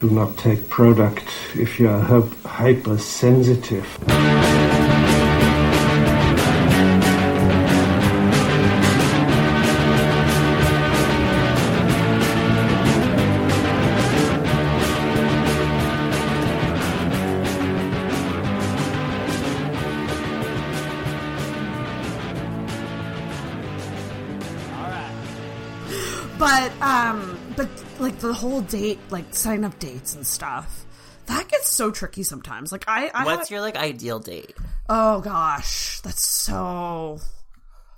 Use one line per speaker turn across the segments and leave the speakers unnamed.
Do not take product if you are hy- hypersensitive.
But um, but like the whole date, like sign up dates and stuff, that gets so tricky sometimes. Like I, I
What's your like ideal date?
oh gosh, that's so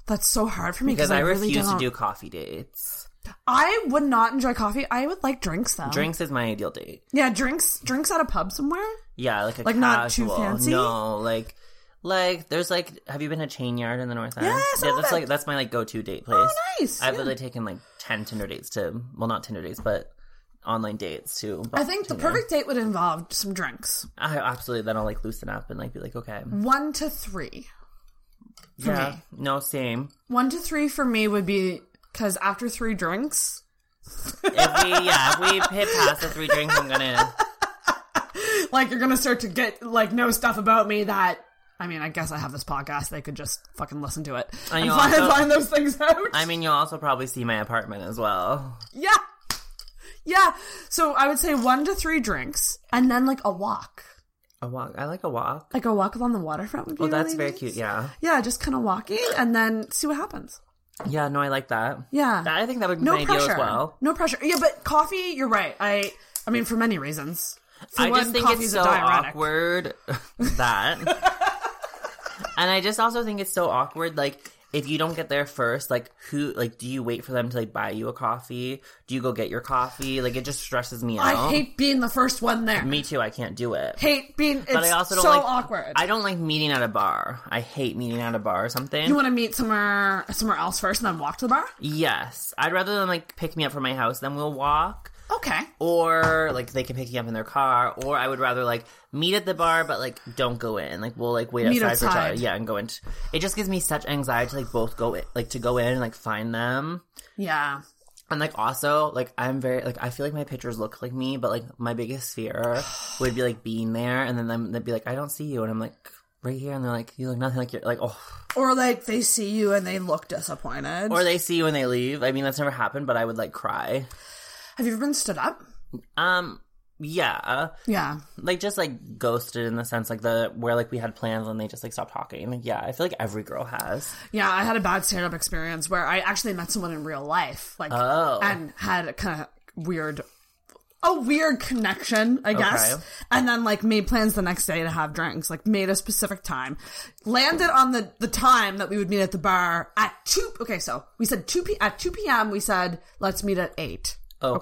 that's so hard for me
Because I,
really
refuse
don't.
to do coffee dates.
I would not enjoy coffee. I would like drinks though.
Drinks is my ideal date.
yeah, drinks drinks at a pub somewhere.
Yeah, like a
Like,
casual.
not too fancy?
No, like like there's like have you been to Chain Yard in the North End?
Yes, I
yeah,
love
that's
it.
like that's my like go to date place. Oh
nice,
I've
yeah.
literally taken like ten Tinder dates to well not Tinder dates, but online dates to
I think the perfect date would involve some drinks,
I absolutely then I'll like loosen up and like be like, okay.
one to three. Mm, For
yeah.
me.
No, same.
One to three for me would be because after three drinks,
If we yeah, if we hit past the three drinks I'm gonna
like you're gonna start to get like know stuff about me that I mean, I guess I have this podcast. They could just fucking listen to it
And
and
you
find,
also-
find those things out.
I mean you'll also probably see my apartment as well.
yeah, yeah. So I would say one to three drinks, and then like a walk,
A walk. I like a walk.
like a walk along the waterfront would be.
Well Oh, that's
really
very
nice.
cute, yeah.
Yeah, just kind of walking, and then see what happens.
Yeah, no, I like that.
Yeah.
That- I think that would be
No
my
pressure.
ideal as well.
No pressure. Yeah, but coffee. You're right. I. I mean, for many reasons. For
I
one,
just think
coffee's
it's so
a diuretic.
awkward that. and I just also think it's so awkward, like if you don't get there first, like who, like do you wait for them to like buy you a coffee? Do you go get your coffee? Like it just stresses me out.
I hate being the first one there.
Me too. I can't do it.
hate being. It's
but I also don't
so
like
awkward.
I don't like meeting at a bar. I hate meeting at a bar or something.
You want to meet somewhere somewhere else first, and then walk to the bar.
yes, I'd rather them like pick me up from my house, then we'll walk.
Okay.
or like they can pick you up in their car or i would rather like meet at the bar but like don't go in like we'll like wait
Meet
outside, for each
outside.
other yeah and go in it just gives me such anxiety to like both go in like to go in and like find them
Yeah.
and like also like i'm very like i feel like my pictures look like me but like my biggest fear would be like being there and then them- they'd be like i don't see you and i'm like right here and they're like you look nothing like you're like oh
Or like they see you and they look disappointed.
or they see you and they leave i mean that's never happened but i would like cry
have you ever been stood up?
um yeah
Yeah.
like just like ghosted in the sense like the where like we had plans and they just like stopped talking. Like yeah, I feel like every girl has.
Yeah, I had a bad stand up experience where I actually met someone in real life, like,
Oh.
and had a kind of weird, a weird connection, I guess.
Okay.
And then like made plans the next day to have drinks, like made a specific time, landed on the the time that we would meet at the bar at two. Okay, so we said two p at two p.m. We said let's meet at eight.
Oh,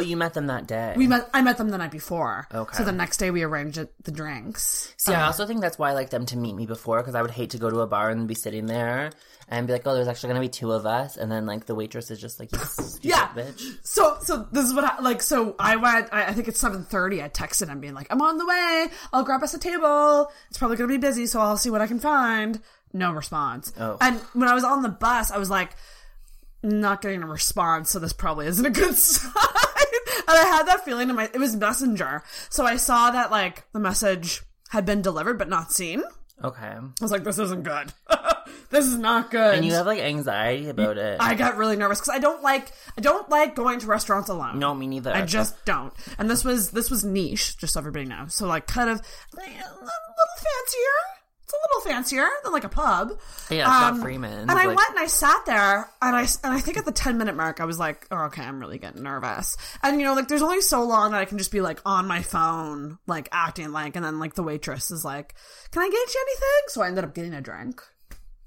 you met them that day.
We met. I met them the night before.
Okay.
So the next day we arranged it, the drinks.
See, I also think that's why I like them to meet me before because I would hate to go to a bar and be sitting there and be like, oh, there's actually gonna be two of us, and then like the waitress is just like, you stupid
Yeah.
bitch.
So, so this is what I, like. So I went. I, I think it's seven thirty. I texted him being like, "I'm on the way. I'll grab us a table. It's probably gonna be busy, so I'll see what I can find." No response.
Oh.
And when I was on the bus, I was like, "Not getting a response, so this probably isn't a good sign." and I had that feeling in my. It was Messenger, so I saw that like the message had been delivered but not seen. I
Okay.
was like, "This isn't good. this is not good."
And you have like anxiety about it.
I got really nervous because I don't like I don't like going to restaurants alone.
no, me neither.
I just don't. And this was this was niche, just so everybody knows. So like kind of like, a little fancier. It's a little fancier than like a pub.
Yeah, it's not Freeman's,
um, And I
like-
went and I sat there and I s- and I think at the ten minute mark I was like, oh, okay, I'm really getting nervous. And you know, like there's only so long that I can just be like on my phone, like acting like, and then like the waitress is like, can I get you anything? So I ended up getting a drink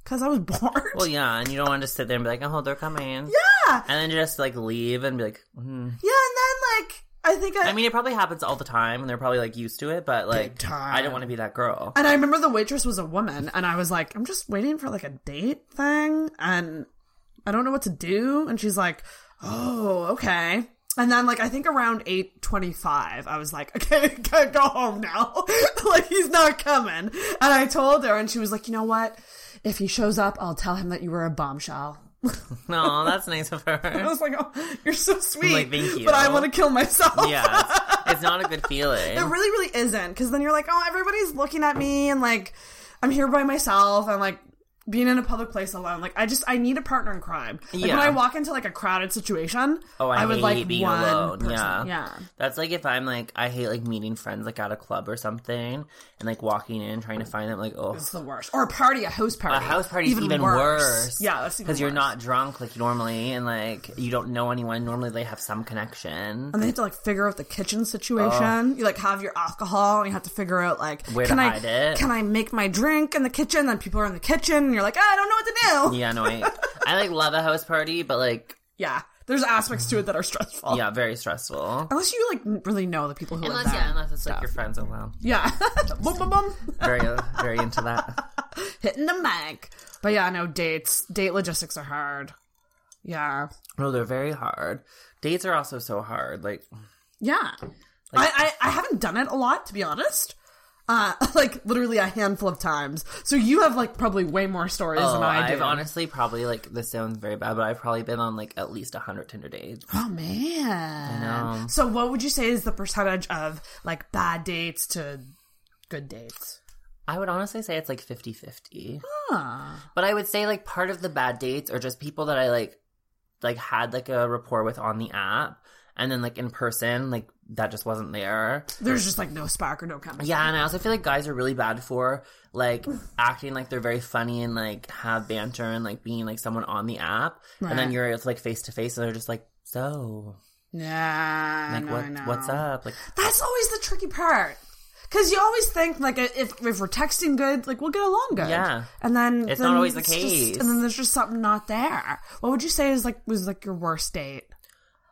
because I was bored.
well, yeah, and you don't want to sit there and be like, oh, they're coming.
yeah,
And then just like leave and be like, mm.
yeah, and then like I think I,
I mean, it probably happens all the time, and they're probably like used to it, but like,
time.
I don't want to be that girl.
And I remember the waitress was a woman, and I was like, I'm just waiting for like a date thing, and I don't know what to do. And she's like, Oh, okay. And then like I think around eight twenty five, I was like, Okay, gotta go home now. like he's not coming. And I told her, and she was like, You know what? If he shows up, I'll tell him that you were a bombshell.
No, that's nice of her.
I was like, Oh, you're so sweet.
Like, thank you.
But I want to kill myself.
yes. It's not a good feeling.
It really, really isn't. Because then you're like, oh, everybody's looking at me, and like, I'm here by myself, and like, being in a public place alone. Like, I just, I need a partner in crime. Like,
Yeah.
When I walk into like a crowded situation,
Oh, I,
would
hate
like
being
one
alone.
person.
Yeah.
yeah.
That's like if I'm like I hate like meeting friends like at a club or something and like walking in trying to find them like oh
It's the worst. Or a party, a house party.
a house party's even, worse.
Yeah, that's even
because you're
worse.
not drunk like normally and like you don't know anyone. Normally they have some connection.
And they have to like figure out the kitchen situation. You like have your alcohol and you have to figure out like
Oh. Where to
can I
hide it.
can I make my drink in the kitchen? Then people are in the kitchen and you're like, "Ah, I don't know what to do.
Yeah, no, I, I like love a house party, but like
Yeah. There's aspects to it that are stressful.
yeah, very stressful.
Unless you like n- really know the people who
Unless
live there.
yeah, unless it's like your friends alone.
Yeah. boom, boom, boom.
Very very into that.
Hitting the mic. But yeah, no dates. Date logistics are hard. Yeah.
No, they're very hard. Dates are also so hard. Like
Yeah. I, I, I haven't done it a lot, to be honest. Uh, like literally a handful of times. So you have like probably way more stories
oh,
than I do.
I've honestly probably like this sounds very bad, but I've probably been on like at least hundred Tinder dates.
Oh man. So what would you say is the percentage of like bad dates to good dates?
I would honestly say it's like 50 50. But I would say like part of the bad dates are just people that I like like had like a rapport with on the app and then like in person like that just wasn't there.
There's just like no spark or no chemistry.
Yeah, and I also feel like guys are really bad for like acting like they're very funny and like have banter and like being like someone on the app and then
Right.
you're it's like face to face and they're just like so
Yeah.
like
no, I
what
know.
what's up like
That's always the tricky part. Cause you always think like uh, if if we're texting good, like we'll get along good.
Yeah.
And then
It's
then
not always the
just-
case.
and then there's just something not there. What would you say is like was like your worst date?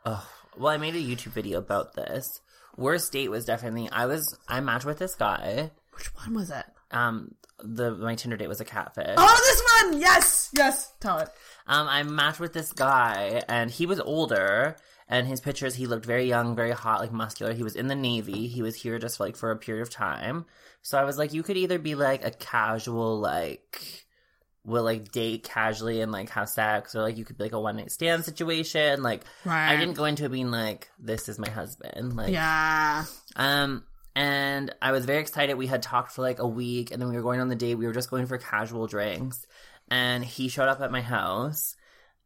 Well, I made a YouTube video about this. Worst date was definitely I was I matched with this guy.
Which one was it?
Um, the my Tinder date was a catfish.
Oh, this one. Yes, yes. Tell it.
Um, I matched with this guy, and he was older. And his pictures, he looked very young, very hot, like muscular. He was in the navy. He was here just like for a period of time. So I was like, you could either be like a casual, like will like date casually and like have sex, or like you could be like a one night stand situation. Like I
Right.
didn't go into it being like this is my husband. Like
Yeah.
um, and I was very excited. We had talked for like a week, and then we were going on the date. We were just going for casual drinks, and he showed up at my house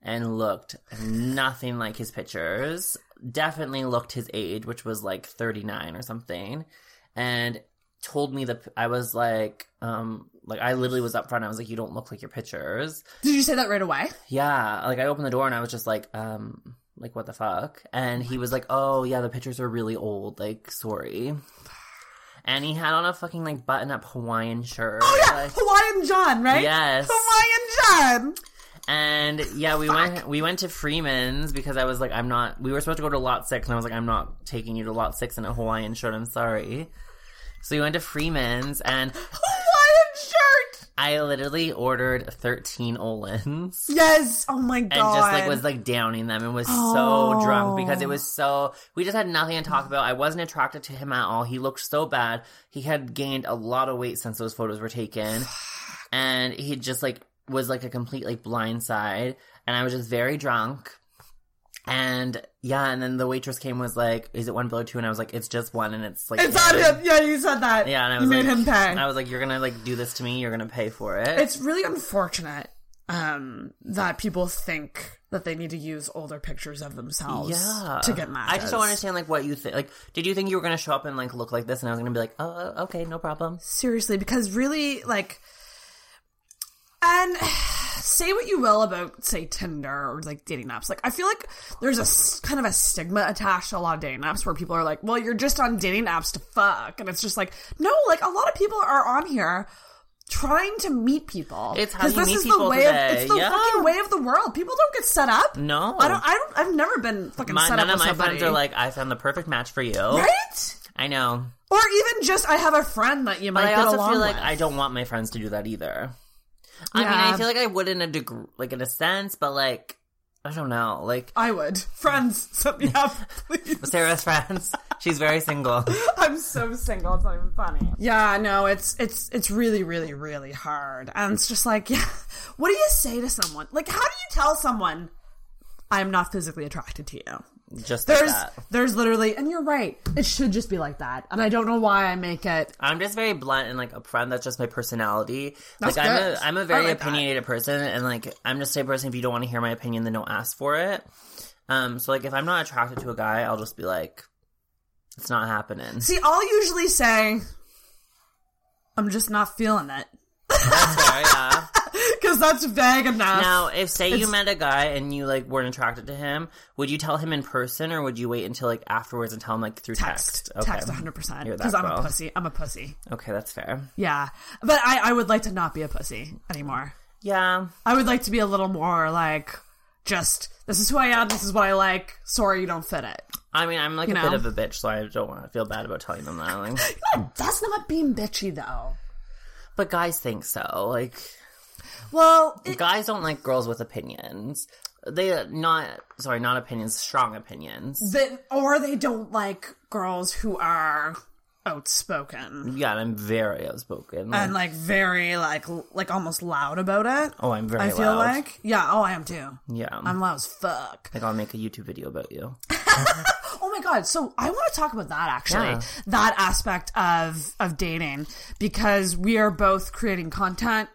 and looked nothing like his pictures. Definitely looked his age, which was like thirty nine or something, and told me that I was like, um, like I literally was up front. I was like, "You don't look like your pictures."
Did you say that right away?
Yeah, like I opened the door and I was just like, um, like what the fuck? And he was like, oh yeah, the pictures are really old. Like, sorry. And he had on a fucking like button-up Hawaiian shirt.
Oh yeah,
Like,
Hawaiian John, right?
Yes.
Hawaiian John.
And yeah, we went we went to Freeman's because I was like, I'm not. We were supposed to go to Lot Six, and I was like, I'm not taking you to Lot Six in a Hawaiian shirt. I'm sorry. So we went to Freeman's, and
Hawaiian shirt.
I literally ordered 13 Olens.
Yes. Oh my
and
god.
just like was like downing them and was so drunk because it was so we just had nothing to talk about. I wasn't attracted to him at all. He looked so bad. He had gained a lot of weight since those photos were taken. And he just like was like a complete like blindside and I was just very drunk. And yeah, and then the waitress came was like, "Is it one bill or two? And I was like, "It's just one." And it's like
It's on him. Yeah, you said that.
Yeah, and I
You
was
made
like,
him pay.
I was like, "You're gonna like do this to me. You're gonna pay for it."
it's really unfortunate um, that people think that they need to use older pictures of themselves
yeah.
to get matches.
I just don't understand like what you think. Like, did you think you were gonna show up and like look like this, and I was gonna be like, oh, oh, okay, no problem.
seriously because really like and say what you will about say tinder or like dating apps like i feel like there's a s- kind of a stigma attached to a lot of dating apps where people are like well you're just on dating apps to fuck and it's just like no like a lot of people are on here trying to meet people
It's how
'Cause
you
this
meet
is the
people
way of
today.
it's the
Yeah.
fucking way of the world people don't get set up
No.
i don't i don't i've never been fucking
Oh. My,
set
none
up
of
with
my
somebody
friends are like, oh. I found the perfect match for you.
right
I know,
or even just i have a friend that you might
but I
get
also
along
feel like
with.
I don't want my friends to do that either. I mean,
Yeah.
I feel like I would in a degree, like in a sense, but like, I don't know, like
I would. Friends, set me up, please.
Sarah's friends. She's very single.
I'm so single. It's not even funny. Yeah, no, it's it's it's really, really, really hard, and it's just like, yeah. What do you say to someone? Like, how do you tell someone I'm not physically attracted to you?
Just like
There's
that.
there's literally and you're right. It should just be like that. And I don't know why I make it
I'm just very blunt and like upfront. That's just my personality.
That's
like I'm
good.
a I'm
I
a very
like that.
opinionated person, and like I'm just a person. If you don't want to hear my opinion, then don't ask for it. Um, so like if I'm not attracted to a guy, I'll just be like, it's not happening.
See, I'll usually say I'm just not feeling it
That's fair, yeah.
cuz that's vague enough.
Now, if say you
It's-
met a guy and you like weren't attracted to him, would you tell him in person or would you wait until like afterwards and tell him like through text?
text text 100%
You're that
cuz I'm a
girl.
pussy. I'm a pussy.
Okay, that's fair.
Yeah. But I I would like to not be a pussy anymore.
Yeah.
I would like to be a little more like just this is who I am, this is what I like. Sorry you don't fit it.
I mean, I'm like a
know.
bit of a bitch, so I don't want to feel bad about telling them that. Like,
That's not being bitchy though.
but guys think so. Like,
Well, it,
guys don't like girls with opinions. They uh, not sorry, not opinions, strong opinions.
that or they don't like girls who are outspoken
Yeah, and I'm very outspoken. Like,
and like very like l- like almost loud about it.
oh, I'm very.
I feel
loud.
like yeah. Oh, I am too.
yeah. um,
I'm loud as fuck.
like I'll make a YouTube video about you.
Oh my god. So I want to talk about that actually.
Yeah.
That aspect of of dating because we are both creating content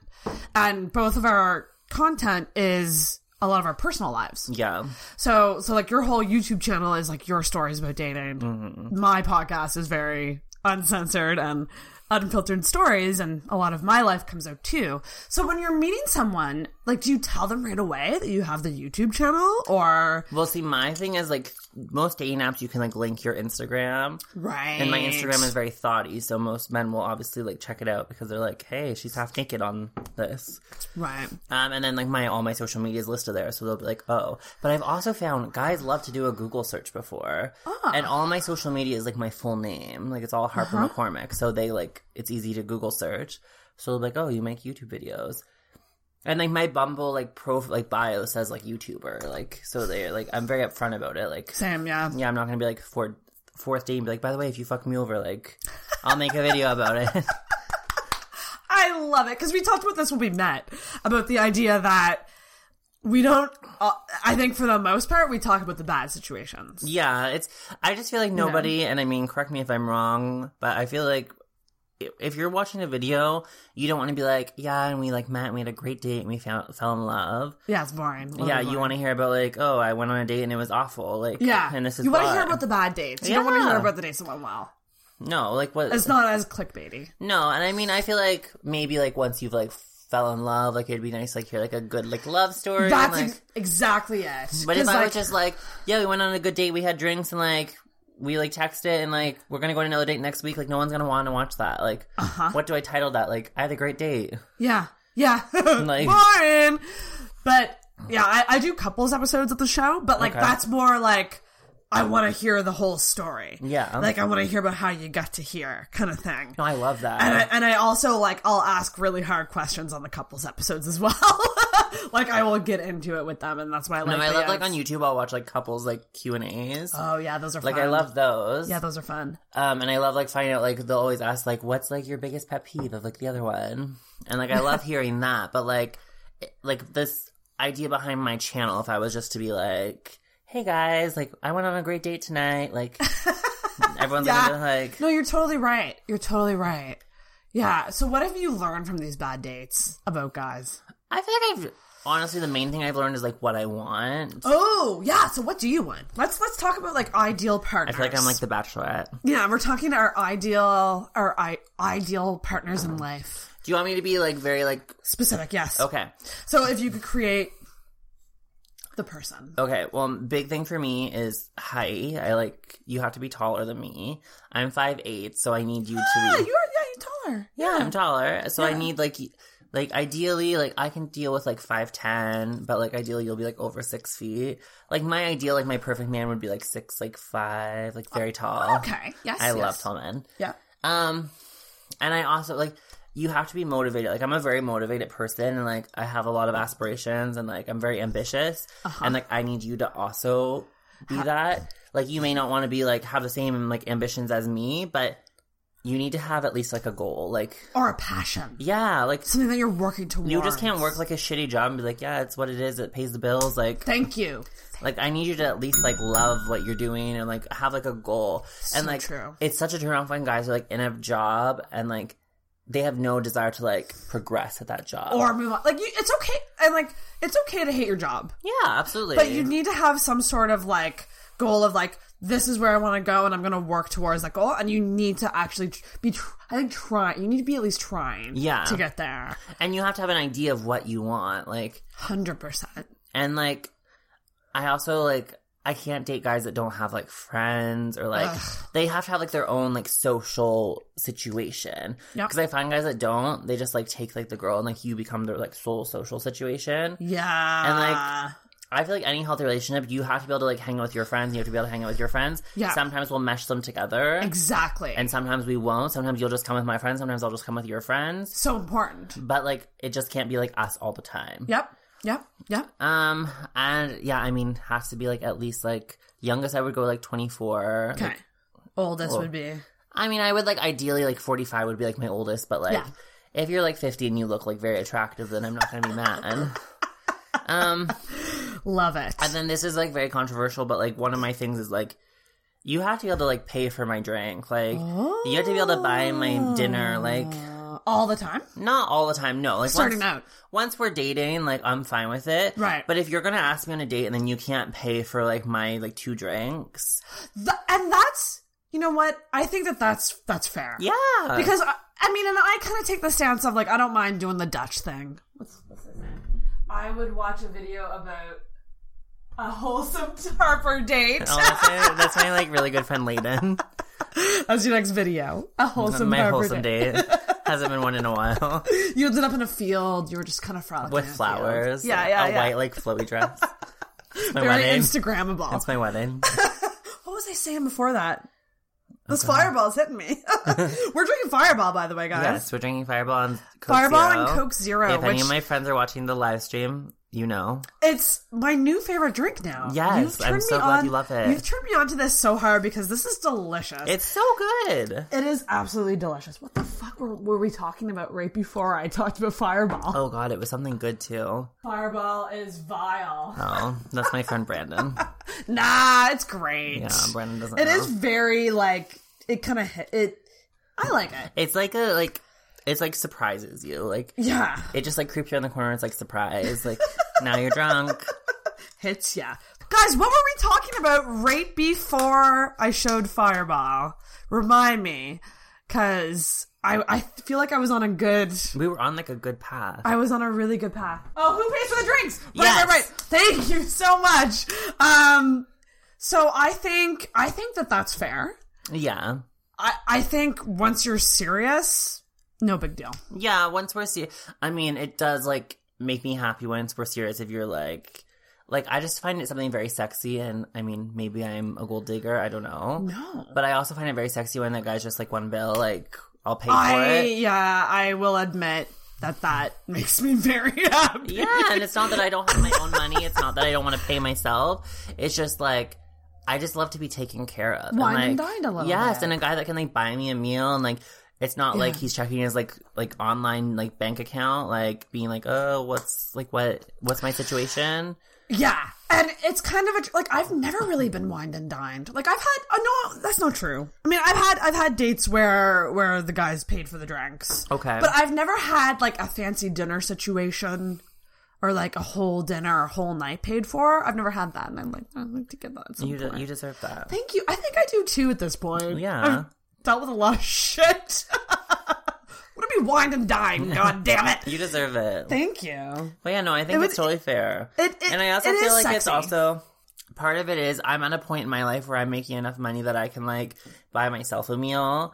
and both of our content is a lot of our personal lives.
Yeah.
So, so like your whole YouTube channel is like your stories about dating.
Mm-hmm.
My podcast is very uncensored and unfiltered stories, and a lot of my life comes out too. So, when you're meeting someone, like, do you tell them right away that you have the YouTube channel, or
Well, see, my thing is like most dating apps, you can like link your Instagram,
right?
and my Instagram is very thoughty, so most men will obviously like check it out because they're like, "Hey, she's half naked on this,"
right.
um, and then like my all my social media is listed there, so they'll be like, "Oh." But I've also found guys love to do a Google search before, and all my social media is like my full name, like it's all Harper McCormick, so they like it's easy to Google search. So they'll be like, "Oh, you make YouTube videos." And like my Bumble like pro like bio says like YouTuber like so they're like I'm very upfront about it like
Same, yeah.
yeah, I'm not gonna be like fourth fourth date and be like, by the way, if you fuck me over, like, I'll make a video about it.
I love it because we talked about this when we met about the idea that we don't. Uh, I think for the most part, we talk about the bad situations.
yeah, it's. I just feel like nobody, and I mean, correct me if I'm wrong, but I feel like i- if you're watching a video, you don't want to be like, yeah, and we like met, and we had a great date, and we found, fell in love.
Yeah, it's boring.
yeah, you want to hear about like, oh, I went on a date and it was awful. Like,
Yeah.
and this is
you want to
why.
hear about the bad dates. You don't want to hear
Yeah.
about the dates that went well.
no, like what?
It's not as clickbaity.
No, and I mean, I feel like maybe like once you've like fell in love, like it'd be nice like hear like a good like love story. and,
That's
like,
ex- exactly it.
But
'Cause,
if I
like,
was just like, yeah, we went on a good date, we had drinks, and like we like texted, and like we're gonna go on another date next week, like no one's gonna want to watch that. Like,
Uh-huh.
what do I title that? Like, I had a great date.
yeah, yeah,
Like-
boring. But yeah, I, I do couples episodes of the show, but like
Okay.
that's more like I want to hear the whole story.
Yeah.
like I want to hear about how you got to here, kind of thing.
No, I love that.
and I, and I also like I'll ask really hard questions on the couples episodes as well. like I will get into it with them, and that's why I like.
no, Um, I
the,
love
uh,
like on YouTube, I'll watch like couples like Q and A's.
Oh yeah, those are
like
fun.
I love those.
Yeah, those are fun.
Um, and I love like finding out like they'll always ask like, what's like your biggest pet peeve of like the other one, and like I love hearing that. But like, it- like this idea behind my channel, if I was just to be like, hey guys, like I went on a great date tonight, like everyone's gonna be like,
No, you're totally right. You're totally right. Yeah. So what have you learned from these bad dates about guys?
I feel like I've honestly the main thing I've learned is like what I want.
Oh, yeah. So what do you want? Let's let's talk about like ideal
I
partners.
feel like I'm like the Bachelorette.
Yeah, we're talking to our ideal our I- ideal partners in life.
Do you want me to be like very like
Specific, yes.
okay?
So if you could create the person.
Okay, well, big thing for me is height. I like you have to be taller than me. I'm five eight, so I need you to
Yeah,
be.
you are yeah, you're taller.
Yeah, I'm taller, so I need like, y- like ideally, like I can deal with like five ten, but like ideally, you'll be like over six feet. Like my ideal, like my perfect man would be like six, like five, like very tall.
Okay. Yes.
I
yes.
love tall men.
Yeah.
Um, and I also like you have to be motivated. Like I'm a very motivated person, and like I have a lot of aspirations, and like I'm very ambitious,
Uh-huh.
and like I need you to also be that. Like you may not want to be like have the same like ambitions as me, but you need to have at least like a goal. Like,
or a passion,
yeah, like
something that you're working towards.
you just can't work like a shitty job and be like, yeah, it's what it is. It pays the bills. Like,
Thank you.
like I need you to at least like love what you're doing and like have like a goal. and like
true.
it's such a turnoff when guys are like in a job and like they have no desire to like progress at that job.
Or move on. Like you, it's okay, and like it's okay to hate your job,
yeah, absolutely.
but you need to have some sort of like goal of like this is where I want to go, and I'm going to work towards that goal. And you need to actually tr- be. Tr- I think trying. You need to be at least trying.
Yeah.
To get there,
and you have to have an idea of what you want. Like
hundred percent.
and like I also like I can't date guys that don't have like friends or like they have to have like their own like social situation.
Yep.
Because I find guys that don't, they just like take like the girl and like you become their like sole social situation.
Yeah.
And like I feel like any healthy relationship, you have to be able to like hang out with your friends. You have to be able to hang out with your friends.
Yeah.
Sometimes we'll mesh them together,
exactly.
and sometimes we won't. Sometimes you'll just come with my friends. Sometimes I'll just come with your friends.
so important.
But like, it just can't be like us all the time.
Yep. Yep. Yep.
Um. And yeah, I mean, has to be like at least like youngest. I would go like twenty four.
Okay. Oldest would be.
I mean, I would like ideally like forty five would be like my oldest, but like
Yeah.
if you're like fifty and you look like very attractive, then I'm not gonna be mad. um.
Love it.
And then this is like very controversial, but like one of my things is like you have to be able to like pay for my drink. Like you have to be able to buy my dinner. Like
Uh, all the time?
not all the time, no. Like
Starting
once,
out.
Once we're dating, like I'm fine with it.
Right.
But if you're gonna ask me on a date and then you can't pay for like my like two drinks.
Th- and that's, you know what? I think that that's, that's fair.
Yeah.
Because, I, I mean, and I kind of take the stance of like, I don't mind doing the Dutch thing. What's, what's his name? I would watch a video about a wholesome tarper date.
Oh, that's, my, that's my like really good friend Layden.
That's your next video. A wholesome
my
tarper
wholesome
date.
date. Hasn't been one in a while.
You ended up in a field. You were just kind of frolicking.
With
in a field.
flowers.
Yeah, yeah,
A
yeah.
white like flowy dress. It's my
Very
wedding.
Instagrammable.
It's my wedding.
What was I saying before that? This fireball's hitting me. We're drinking fireball, by the way, guys.
Yes, we're drinking Fireball and Coke
Fireball
Zero.
and Coke Zero,
If any
which-
of my friends are watching the live stream, you know.
It's my new favorite drink now.
Yes,
You've
I'm
turned
so
me
glad
on-
you love it.
You've turned me onto this so hard because this is delicious.
It's so good.
it is absolutely delicious. What the fuck were, were we talking about right before I talked about Fireball?
Oh god, it was something good too.
Fireball is vile.
Oh, that's my friend Brandon.
Nah, it's great.
Yeah, Brandon doesn't.
It
know.
is very like it kind of hit it. I like it.
It's like a like. It's like surprises you. Like
Yeah,
it just like creeps you in the corner. It's like surprise. Like now you're drunk.
hits yeah guys what were we talking about right before i showed fireball remind me because I, I feel like i was on a good
We were on like a good path.
i was on a really good path oh who pays for the drinks right
Yes.
right right thank you so much um so i think i think that that's fair
yeah,
i i think once you're serious no big deal
yeah. Once we're serious, I mean, it does like make me happy once we're serious. If you're like. Like I just find it something very sexy, and I mean, maybe I'm a gold digger. I don't know.
no
But I also find it very sexy when that guy's just like one bill, like I'll pay for
i
it.
yeah i will admit that that makes me very happy
Yeah, and it's not that I don't have my own money. It's not that I don't want to pay myself. It's just like I just love to be taken care of.
Wine and
like,
dined a little
Yes,
bit.
and a guy that can like buy me a meal and like it's not like he's checking his like like online like bank account, like being like, oh, what's like what what's my situation?
Yeah. And it's kind of a like I've never really been wined and dined. Like I've had uh, no, that's not true. I mean, I've had I've had dates where where the guys paid for the drinks.
Okay.
But I've never had like a fancy dinner situation or like a whole dinner or a whole night paid for. I've never had that, and I'm like, I'd like to get that. At some
You
point.
de- you deserve that.
Thank you. I think I do too at this point.
Yeah.
I've dealt with a lot of shit. Would it be wined and dined? God damn it!
You deserve it.
Thank you.
But yeah, no, I think
was-
it's totally fair.
it- it-
and I also
it is
feel like it's
sexy.
also part of it is I'm at a point in my life where I'm making enough money that I can like buy myself a meal,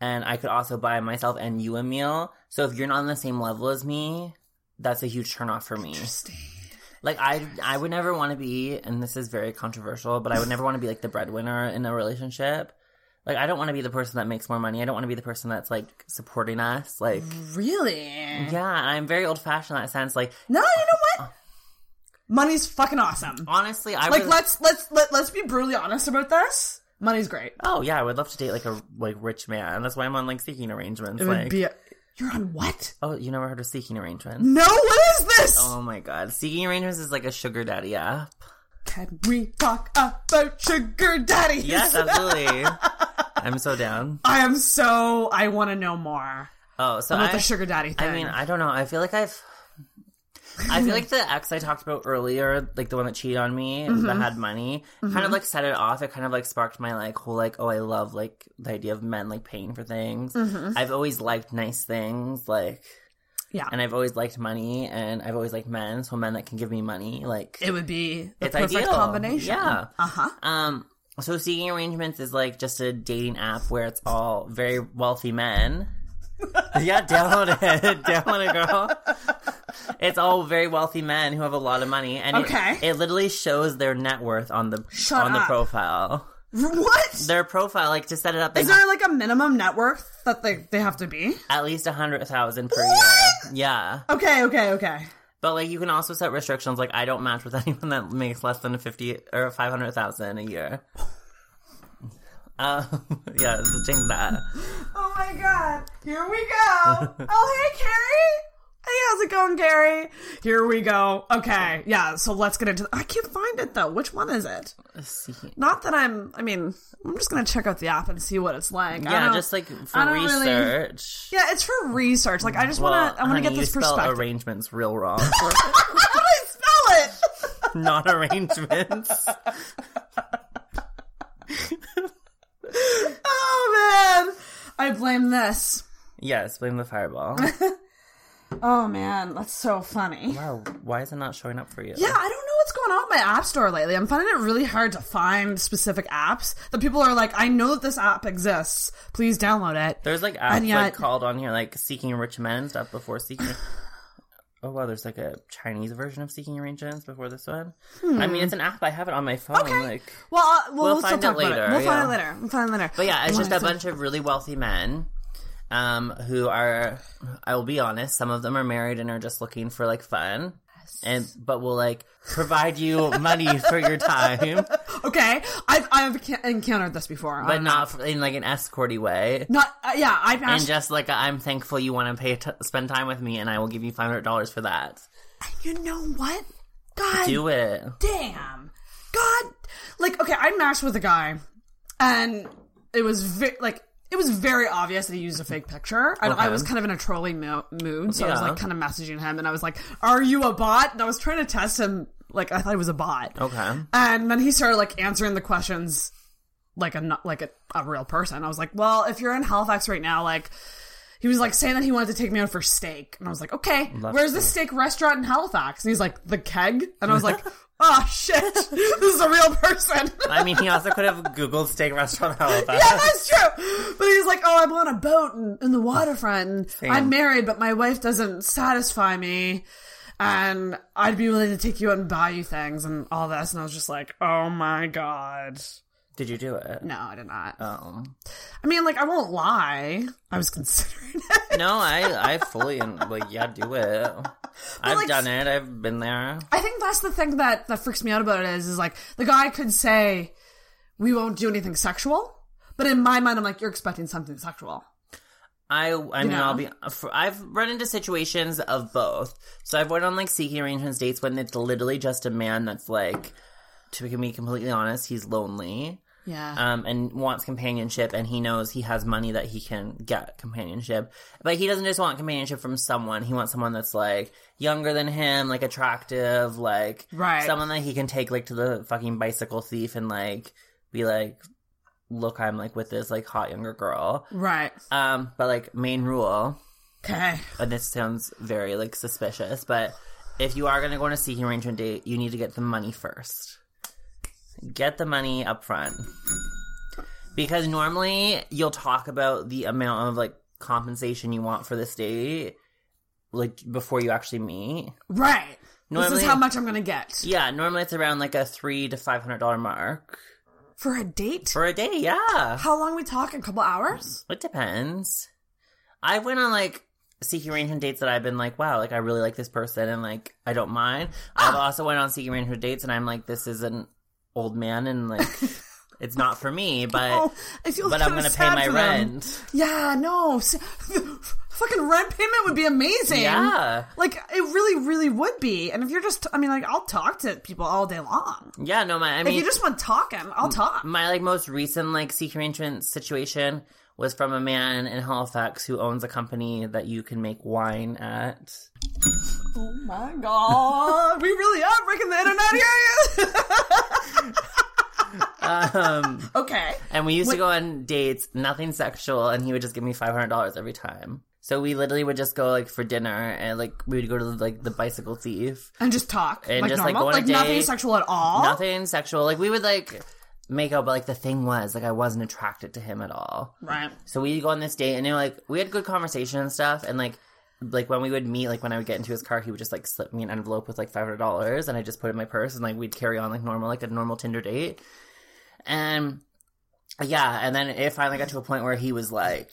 and I could also buy myself and you a meal. So if you're not on the same level as me, that's a huge turnoff for me. Like I, I would never want to be, and this is very controversial, but I would never want to be like the breadwinner in a relationship. Like I don't want to be the person that makes more money. I don't want to be the person that's like supporting us. Like,
Mm-hmm. Really?
yeah, I'm very old fashioned in that sense. Like,
No, you know what? Money's fucking awesome.
honestly, I
Like
would-
let's let's let, let's be brutally honest about this. Money's great.
Oh yeah, I would love to date like a like rich man. That's why I'm on like seeking arrangements.
It
like,
would be. A, you're on what?
oh, you never heard of seeking arrangements?
No, what is this?
Oh my god, seeking arrangements is like a sugar daddy app.
Can we talk about sugar daddies?
Yes, absolutely. I'm so down.
I am so. I want to know more
Oh, so
about
I,
the sugar daddy thing.
I mean, I don't know. I feel like I've. I feel like the ex I talked about earlier, like the one that cheated on me that
Mm-hmm.
had money, kind of like set it off. It kind of like sparked my like whole like oh I love like the idea of men like paying for things.
Mm-hmm.
I've always liked nice things like,
yeah,
and I've always liked money, and I've always liked men. So men that can give me money, like
it would be the
It's
perfect
ideal.
combination.
Yeah.
Uh huh.
Um, so seeking arrangements is like just a dating app where it's all very wealthy men. yeah, download it, download it, girl. It's all very wealthy men who have a lot of money, and it-
Okay.
it, literally shows their net worth on the
Shut
on the
up.
profile.
What? Is
Their profile, like to set it up, they have
there like a minimum net worth that they they have to be?
at least a hundred thousand per year. Yeah,
Okay, okay, okay.
but like you can also set restrictions. Like I don't match with anyone that makes less than fifty or five hundred thousand a year. Um, yeah, change that.
Oh my god. Here we go. oh, hey, Carrie. Hey, how's it going, Carrie? Here we go. Okay. Yeah, so let's get into I can't find it though. Which one is it?
See-
Not that I'm I mean, I'm just going to check out the app and see what it's like. I
Yeah,
don't-
just like
I
for
don't really-
research.
Yeah, it's for research. Like I just want to I want to
honey,
get this
you spell
perspective.
arrangements real wrong.
How do I spell it?
Not arrangements.
Oh man. I blame this.
yes, blame the fireball.
Oh man, that's so funny.
Wow, why is it not showing up for you?
Yeah, I don't know what's going on with my app store lately. I'm finding it really hard to find specific apps that people are like, I know that this app exists. Please download it.
There's like apps
And yet-
like called on here like seeking rich men and stuff before seeking. Oh wow, there's like a Chinese version of seeking arrangements before this one. I mean, it's an app. I have it on my phone.
Hmm. Okay.
Like,
Well, uh, well, we'll, still
find it
talk about
later,
it. We'll
yeah.
find it later. We'll find it later.
But yeah, it's
I
just a
wanna
bunch of really wealthy men um, who are, I will be honest, some of them are married and are just looking for like fun. And but will like provide you money for your time,
say- Okay, I've I've ca- encountered this before,
but
Um,
not f- in like an escorty way.
not uh, yeah. I've
And
asked.
just like i I'm thankful you want to pay t- spend time with me, and I will give you five hundred dollars for that.
you know what? God
Do it.
damn god like okay i matched with a guy and it was ve- like it was very obvious that he used a fake picture and i
Okay.
was kind of in a trolling mo- mood so i was
Yeah.
like kind of messaging him and i was like are you a bot and i was trying to test him like i thought he was a bot
Okay.
and then he started like answering the questions like a not like a, a real person. I was like, well, if you're in Halifax right now, like he was like saying that he wanted to take me out for steak, and I was like, okay, where's the steak restaurant in Halifax? And he's like, the Keg, and I was like, oh shit, this is a real person.
I mean, he also could have googled steak restaurant Halifax.
Yeah, that's true. But he's like, oh, I'm on a boat in, in the waterfront. And I'm married, but my wife doesn't satisfy me. And I'd be willing to take you out and buy you things and all this. And I was just like, oh my God.
Did you do it?
No, I did not.
Oh.
I mean, like, I won't lie. I was considering it.
No, I I fully and like yeah, do it. I've
like,
done it. I've been there.
I think that's the thing that, that freaks me out about it is, is like, the guy could say, we won't do anything sexual. But in my mind, I'm like, you're expecting something sexual.
I I mean,
know?
I'll be. for- I've run into situations of both. So I've went on like seeking arrangements dates when it's literally just a man that's like, to be completely honest, he's lonely.
Yeah.
um, and wants companionship, and he knows he has money that he can get companionship. But he doesn't just want companionship from someone. He wants someone that's like younger than him, like attractive, like
Right.
someone that he can take like to the fucking bicycle thief and like be like, look, I'm like with this like hot younger girl.
right.
Um, but like main rule,
Okay.
and this sounds very like suspicious, but if you are gonna go on a seeking arrangement date, you need to get the money first. Get the money up front. Because normally you'll talk about the amount of like compensation you want for this date like before you actually meet.
Right. this
Normally-
is how much I'm going to get.
Yeah, normally it's around like a three to five hundred dollar mark.
For a date?
For a day, yeah.
How long we talk? A couple hours?
It depends. I went on like seeking arrangement dates that I've been like, wow, like I really like this person and like I don't
Ah.
mind. I've also went on seeking arrangement dates and I'm like, this is an old man and like It's not for me, but
Oh, I feel
but I'm
kinda
gonna pay
sad
my
for them.
rent.
Yeah, no, s- fucking rent payment would be amazing.
Yeah.
like it really, really would be. And if you're just, I mean, like I'll talk to people all day long.
yeah, no, my I
If
mean
you just want talking, I'll talk.
my like most recent like seek arrangement situation was from a man in Halifax who owns a company that you can make wine at.
Oh my god, we really are breaking the internet here.
Um,
okay,
and we used to go on dates, nothing sexual, and he would just give me five hundred dollars every time. So we literally would just go like for dinner, and like we would go to like the bicycle thief.
and just talk
And
like
just, like,
normal,
go on a
like, nothing
date.
sexual at all.
Nothing sexual. Like we would like make out, but like the thing was like I wasn't attracted to him at all.
Right.
So we go on this date, and you know, like we had good conversation and stuff, and like like when we would meet, like when I would get into his car, he would just like slip me an envelope with like five hundred dollars, and I just put it in my purse, and like we'd carry on like normal, like a normal Tinder date, and yeah, and then it finally got to a point where he was like,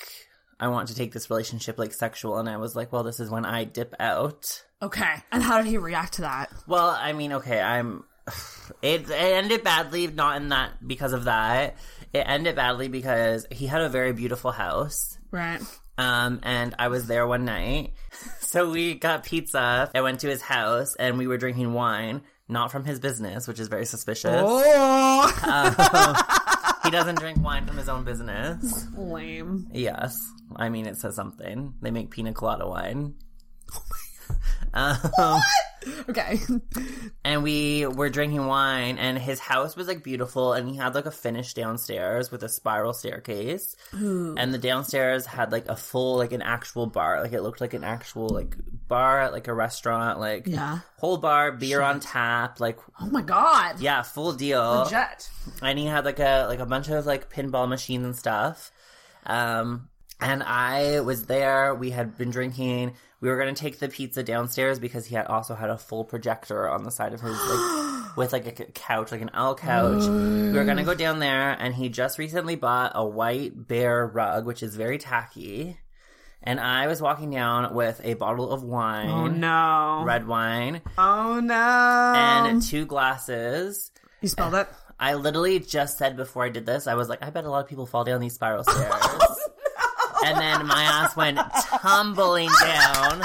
"I want to take this relationship like sexual," and I was like, "Well, this is when I dip out."
Okay. And how did he react to that?
Well, I mean, okay, I'm. It, it ended badly, not in that because of that. It ended badly because he had a very beautiful house.
Right.
Um, and I was there one night. So we got pizza. I went to his house and we were drinking wine, not from his business, which is very suspicious.
Oh,
He doesn't drink wine from his own business.
lame.
Yes. I mean, it says something. They make pina colada wine.
Okay.
And we were drinking wine, and his house was like beautiful, and he had like a finish downstairs with a spiral staircase. And the downstairs had like a full, like an actual bar. Like it looked like an actual, like bar at like a restaurant, like
Yeah.
whole bar, beer on tap, like
Oh my god.
yeah, full deal.
Jet.
And he had like a like a bunch of like pinball machines and stuff. Um, and I was there. We had been drinking. We were gonna take the pizza downstairs because he had also had a full projector on the side of his like with like a c- couch, like an L couch. we were gonna go down there, and he just recently bought a white bear rug, which is very tacky. And I was walking down with a bottle of wine,
Oh no.
red wine,
Oh no.
and two glasses.
you spelled it.
I literally just said before I did this, I was like, I bet a lot of people fall down these spiral stairs.
Oh,
And then my ass went tumbling down.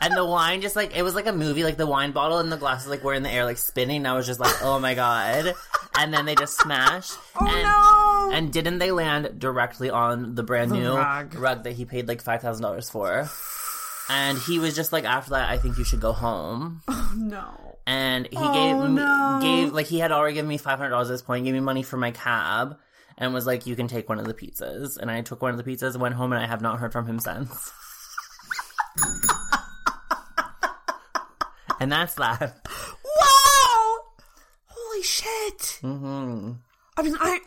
And the wine just like it was like a movie, like the wine bottle and the glasses like were in the air, like spinning. And I was just like, oh my god! And then they just smashed.
Oh
and,
no.
And didn't they land directly on the brand new
rug.
rug that he paid like five thousand dollars for? And he was just like, after that, I think you should go home
no.
and he
Oh,
gave me
no.
gave like he had already given me five hundred dollars at this point, gave me money for my cab, and was like, "You can take one of the pizzas." And I took one of the pizzas, went home, and I have not heard from him since. and that's that.
Wow. Holy shit.
hmm
I mean, I.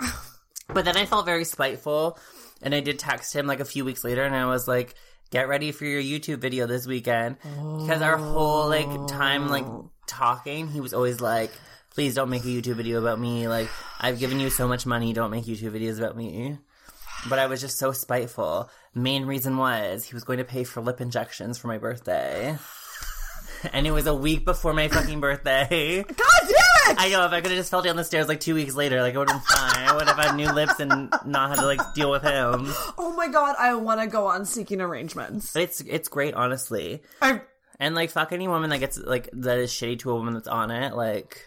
But then I felt very spiteful, and I did text him like a few weeks later, and I was like. Get ready for your YouTube video this weekend because our whole like time like talking, he was always like, "Please don't make a YouTube video about me. Like I've given you so much money, don't make YouTube videos about me." But I was just so spiteful. Main reason was he was going to pay for lip injections for my birthday, and it was a week before my fucking birthday.
God damn it!
I know if I could have just fell down the stairs like two weeks later, like it would have been fine. I would have had new lips and not had to like deal with him.
oh my god, I want to go on seeking arrangements.
But it's it's great, honestly.
I.
And like fuck any woman that gets like that is shitty to a woman that's on it. Like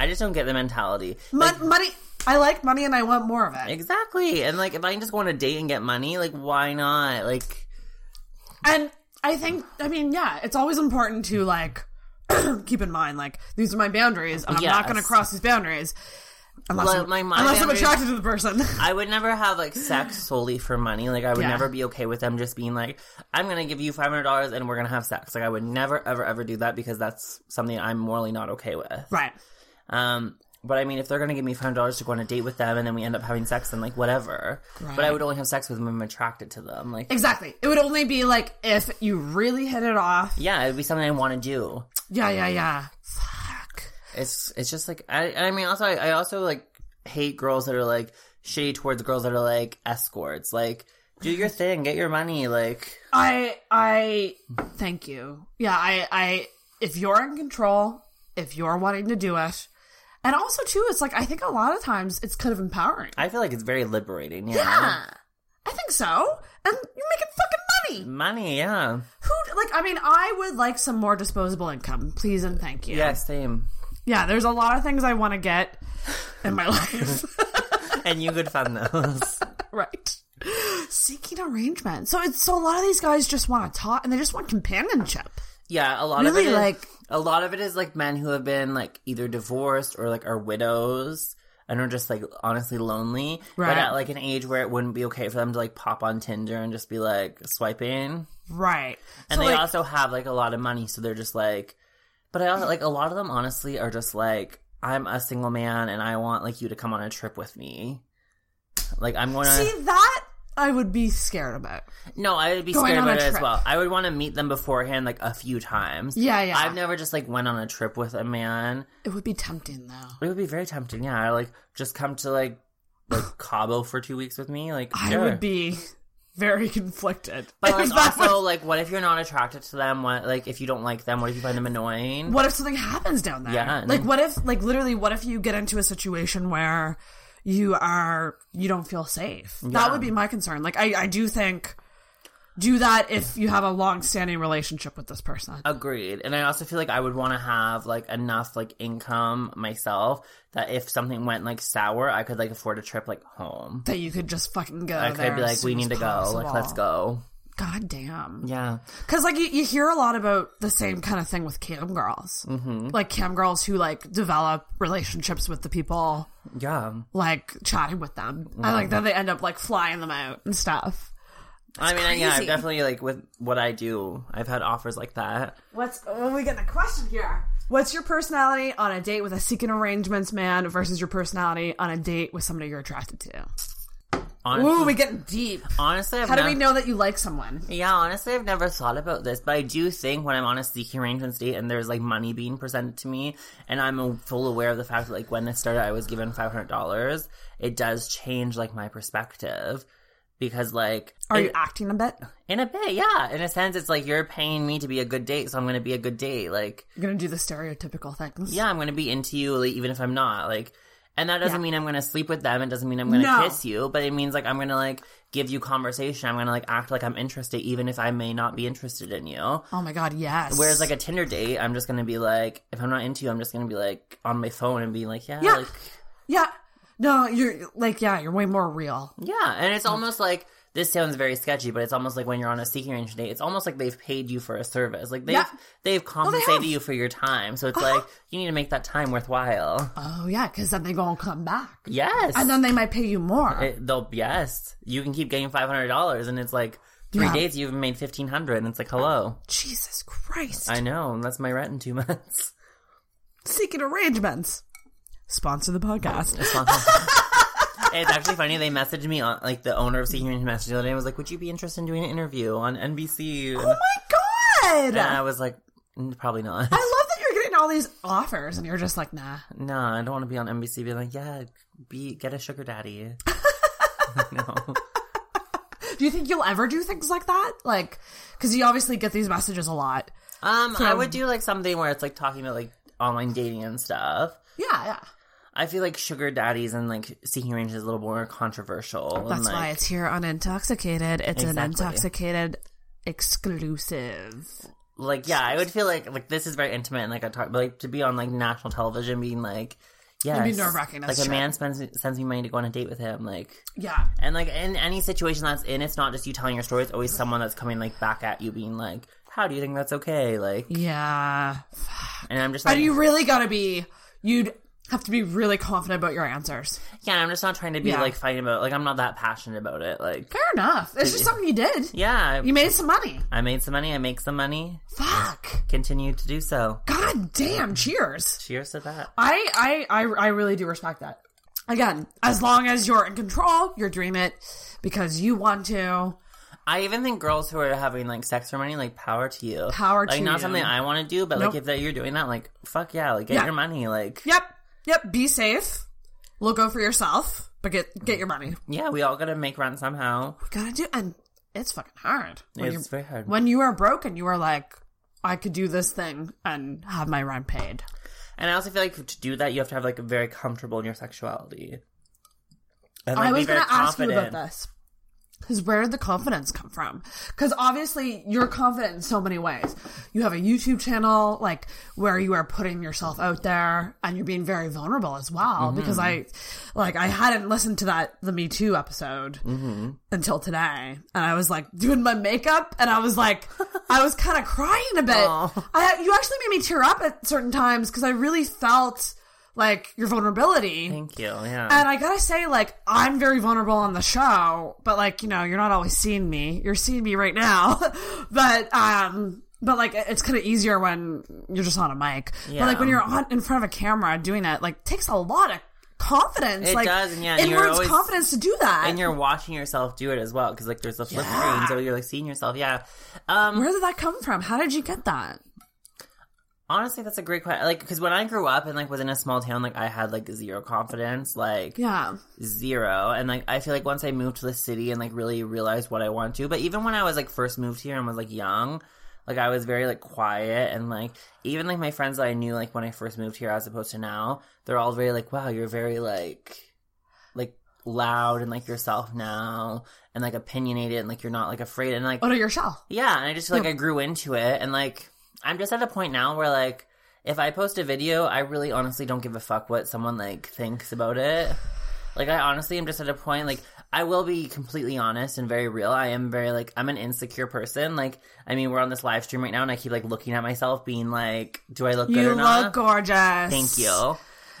I just don't get the mentality.
Mon- money. I like money and I want more of it.
Exactly. And like if I can just go on a date and get money, like why not? Like
And I think, I mean, yeah, it's always important to like keep in mind, like these are my boundaries, and I'm not
Yes.
going to cross these boundaries unless,
Like,
I'm,
my- my
unless I'm
boundaries-
attracted to the person.
I would never have like sex solely for money. Like I would
Yeah.
never be okay with them just being like, I'm gonna give you five hundred dollars and we're gonna have sex. Like I would never ever ever do that because that's something I'm morally not okay with.
right.
Um, but I mean, if they're gonna give me five dollars to go on a date with them, and then we end up having sex, then like whatever. But I would only have sex with them if I'm attracted to them. Like,
Exactly. It would only be like if you really hit it off.
yeah, it'd be something I want to do.
Yeah, yeah, yeah. Fuck.
It's it's just like I I mean also I, I also like hate girls that are like shitty towards girls that are like escorts. Like, do your thing, get your money. Like,
I I thank you. Yeah, I I if you're in control, if you're wanting to do it, And also too, it's like I think a lot of times it's kind of empowering.
I feel like it's very liberating. You
Yeah. I think so. And you're making fucking money.
Know? Money, yeah.
Who like I mean, I would like some more disposable income, please and thank you.
Yeah, same.
Yeah, there's a lot of things I want to get in my life.
And you could fund those.
right. Seeking arrangement. So it's so a lot of these guys just want to talk and they just want companionship.
Yeah, a lot
Really,
of it is,
like-
a lot of it is like men who have been like either divorced or like are widows and are just like honestly lonely,
Right.
but at like an age where it wouldn't be okay for them to like pop on Tinder and just be like swiping.
Right.
And
so
they
like,
also have like a lot of money, so they're just like. But I also like a lot of them honestly are just like I'm a single man and I want like you to come on a trip with me. Like I'm gonna
see that I would be scared about.
no, I would be
going
scared
on
about
a
it as
trip.
well. I would want to meet them beforehand like a few times.
Yeah, yeah.
I've never just like went on a trip with a man.
It would be tempting though.
It would be very tempting. Yeah, like just come to like like Cabo for two weeks with me. Like
I
sure.
would be very conflicted.
But
If
like
that was-
also like, what if you're not attracted to them? What like if you don't like them? What if you find them annoying?
what if something happens down there?
Yeah, and
Like
then-
what if like literally what if you get into a situation where you are you don't feel safe? That would be my concern. Like I, I do think do that if you have a long standing relationship with this person.
Agreed. And I also feel like I would want to have like enough like income myself that if something went like sour, I could like afford a trip like home.
that you could just fucking go.
I could be like, we need to go. Like let's go.
God damn.
Yeah.
Because like you, you hear a lot about the same kind of thing with cam girls, mm-hmm. like cam girls who like develop relationships with the people,
Yeah.
like chatting with them, and like then they end up like flying them out and stuff.
I mean, I yeah, I've
crazy.
definitely like with what I do, I've had offers like that.
What's oh, we got a question here? What's your personality on a date with a seeking arrangements man versus your personality on a date with somebody you're attracted to?
Honestly,
Ooh, we getting deep.
honestly I've
How do
nev-
we know that you like someone?
Yeah, honestly, I've never thought about this, but I do think when I'm on a seeking arrangements date and there's like money being presented to me, and I'm uh, full aware of the fact that like when this started, I was given five hundred dollars. It does change like my perspective because like
Are
in,
you acting a bit?
in a bit, yeah. In a sense, it's like you're paying me to be a good date, so I'm gonna be a good date. Like
You're gonna do the stereotypical things.
yeah, I'm gonna be into you like, even if I'm not like. And that doesn't
Yeah.
mean I'm gonna sleep with them. It doesn't mean I'm gonna
No.
kiss you, but it means like I'm gonna like give you conversation. I'm gonna like act like I'm interested, even if I may not be interested in you.
Oh my god, yes.
Whereas like a Tinder date, I'm just gonna be like, if I'm not into you, I'm just gonna be like on my phone and be like, yeah,
Yeah.
like
yeah, no, you're like yeah, you're way more real.
yeah. And it's almost like this sounds very sketchy, but it's almost like when you're on a seeking arrangement date, it's almost like they've paid you for a service. Like they've
Yeah.
they've compensated
have. Uh-huh.
you for your time. So it's like you need to make that time worthwhile.
Oh yeah, because then they gonna come back,
yes.
and then they might pay you more.
It- they'll yes. You can keep getting five hundred dollars and it's like three
Yeah.
days you've made fifteen hundred and it's like, hello.
Jesus Christ!
I know, and that's my rent in two months.
Seeking arrangements. Sponsor the podcast.
It's actually funny. They messaged me on like the owner of Seeking Message the other day. and was like, "Would you be interested in doing an interview on NBC?" And,
oh my god!
and I was like, "Mm, "Probably not.
I love that you're getting all these offers, and you're just like, nah.
no, I don't want to be on NBC. Be like, yeah, be get a sugar daddy." Um, no,
Do you think you'll ever do things like that? Like, because you obviously get these messages a lot.
um, I would do like something where it's like talking about like online dating and stuff.
Yeah, yeah.
I feel like sugar daddies and like seeking range is a little more controversial. and,
That's
like,
why it's here on Intoxicated. It's
Exactly.
an Intoxicated exclusive.
like yeah, I would feel like like this is very intimate and like I talk, but like to be on like national television, being like, yeah,
be nerve-wracking, that's
Like a
true.
man spends sends me money to go on a date with him, like
Yeah.
and like in any situation that's in, it's not just you telling your story. It's always someone that's coming like back at you, being like, how do you think that's okay? Like,
Yeah.
and I'm just like,
And you really gotta be, you'd have to be really confident about your answers.
yeah, I'm just not trying to be
Yeah.
like fighting about. Like I'm not that passionate about it. Like
Fair enough. It's just something you did.
yeah,
You made some money.
I made some money. I make some money.
Fuck.
Continue to do so.
God damn. Cheers.
Cheers to that.
I, I, I, I really do respect that. Again, as long as you're in control, you're doing it because you want to.
I even think girls who are having like sex for money, like power to you.
Power
like,
to
not
you.
something I want to do, but
Nope.
like if that you're doing that, like fuck yeah, like get
Yeah.
your money, like
Yep. Yep. Be safe. Look out for yourself, but get, get your money.
yeah, we all gotta make rent somehow.
We gotta do, and it's fucking hard. When
it's
you're-
very hard.
when you are broke and you are like, I could do this thing and have my rent paid.
And I also feel like to do that, you have to have like very comfortable in your sexuality. And
I
be
was
very
going to ask you about
confident.
this. Because where did the confidence come from? Because obviously you're confident in so many ways. You have a YouTube channel, like where you are putting yourself out there and you're being very vulnerable as well. Because I, like, I hadn't listened to that, the Me Too episode until today. And I was like doing my makeup and I was like, I was kind of crying a bit. I, you actually made me tear up at certain times because I really felt like your vulnerability.
Thank you. Yeah.
And I gotta say, like, I'm very vulnerable on the show, but like, you know, you're not always seeing me. You're seeing me right now. but, um, but like, it's kind of easier when you're just on a mic. But like, when
Yeah.
you're on in front of a camera doing it, like, takes a lot of confidence.
It
like,
does, and yeah, and you're
inwards
always-
confidence to do that.
and you're watching yourself do it as well because like there's the flip screen, so you're like seeing yourself. Yeah. Um.
Where did that come from? How did you get that?
Honestly, that's a great question. Like, because when I grew up and like was in a small town, like I had like zero confidence, like
Yeah.
zero. And like I feel like once I moved to the city and like really realized what I want to, but even when I was like first moved here and was like young, like I was very like quiet and like even like my friends that I knew like when I first moved here as opposed to now, they're all very like, wow, you're very like like loud and like yourself now and like opinionated and like you're not like afraid and like
Out of your shell.
yeah, and I just feel like I grew into it, and like I'm just at a point now where like if I post a video, I really honestly don't give a fuck what someone like thinks about it. Like I honestly am just at a point like I will be completely honest and very real. I am very like I'm an insecure person. Like I mean, we're on this live stream right now, and I keep like looking at myself, being like, "Do I look good
You
or not?"
look gorgeous.
Thank you.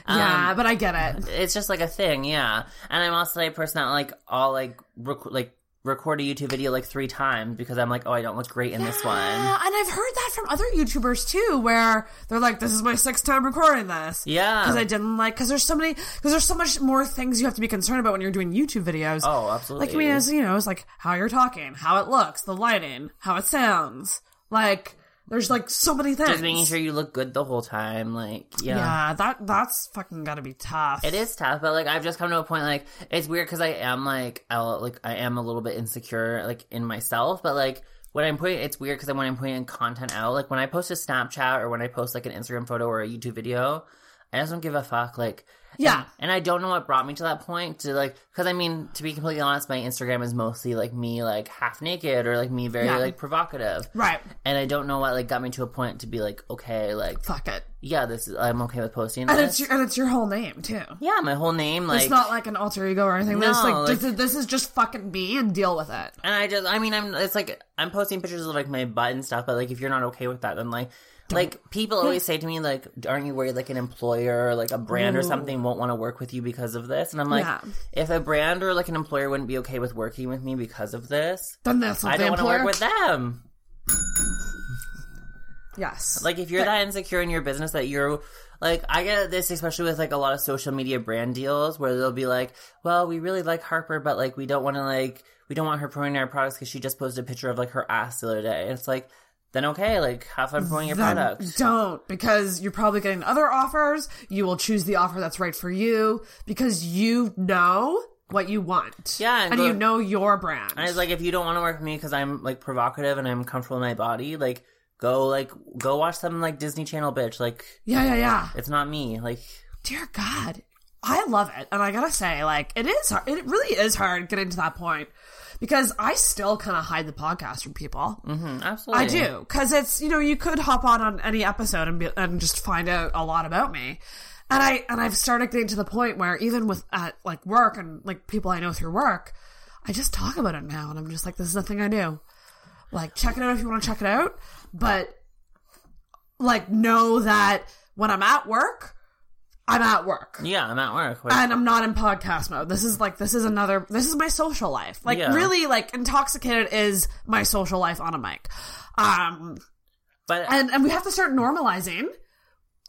Um,
Yeah, but I get it.
it's just like a thing, yeah. And I'm also a person that like all like rec- like record a YouTube video like three times because I'm like, oh, I don't look great in this one.
Yeah, and I've heard that from other YouTubers too, where they're like, "This is my sixth time recording this."
Yeah.
because I didn't like because there's so many because there's so much more things you have to be concerned about when you're doing YouTube videos.
Oh, absolutely.
like I mean, it's, you know, it's like how you're talking, how it looks, the lighting, how it sounds. Like there's like so many things.
just making sure you look good the whole time. Like, yeah.
yeah, that that's fucking gotta be tough.
It is tough, but like I've just come to a point like it's weird because I am like I like I am a little bit insecure like in myself, but like when I'm putting it's weird because when I'm putting content out, like when I post a Snapchat or when I post like an Instagram photo or a YouTube video, I just don't give a fuck. Like
Yeah.
And I don't know what brought me to that point to like, because I mean, to be completely honest, my Instagram is mostly like me like half naked or like me very
Yeah.
like provocative.
right.
And I don't know what like got me to a point to be like, okay, like,
Fuck it.
yeah, this is, I'm okay with posting
And
this.
it's your, and it's your whole name too.
yeah, my whole name, like,
it's not like an alter ego or anything. it's
No,
like,
like-
this, this is just fucking me and deal with it.
and I just, I mean, I'm, it's like, I'm posting pictures of like my butt and stuff, but like, if you're not okay with that, then like, like people always say to me, like, aren't you worried like an employer or like a brand or something won't want to work with you because of this? And I'm like,
Yeah.
if a brand or like an employer wouldn't be okay with working with me because of this,
Then that's what
I
the
don't want to
employer-
work with them.
Yes.
Like if you're that insecure in your business that you're like I get this especially with like a lot of social media brand deals where they'll be like, "Well, we really like Harper, but like we don't want to like we don't want her promoting our products cuz she just posted a picture of like her ass the other day." And it's like, "Then okay, like have fun promoting your
then
product."
Don't because you're probably getting other offers. You will choose the offer that's right for you because you know what you want.
Yeah, and
and,
go-
you know your brand.
And it's like if you don't want to work with me cuz I'm like provocative and I'm comfortable in my body, like go like go watch some like Disney Channel bitch. Like
yeah, yeah, yeah.
it's not me. Like
Dear God, I love it, and I gotta say, like, it is hard. It really is hard getting to that point because I still kind of hide the podcast from people.
mm, absolutely.
I do because it's you know you could hop on on any episode and be, and just find out a lot about me, and I and I've started getting to the point where even with at like work and like people I know through work, I just talk about it now, and I'm just like this is the thing I do. Like check it out if you want to check it out, but like know that when I'm at work, I'm at work.
Yeah, I'm at work. Like,
And I'm not in podcast mode. This is like this is another this is my social life. Like
Yeah.
really like intoxicated is my social life on a mic. Um
but
and and we have to start normalizing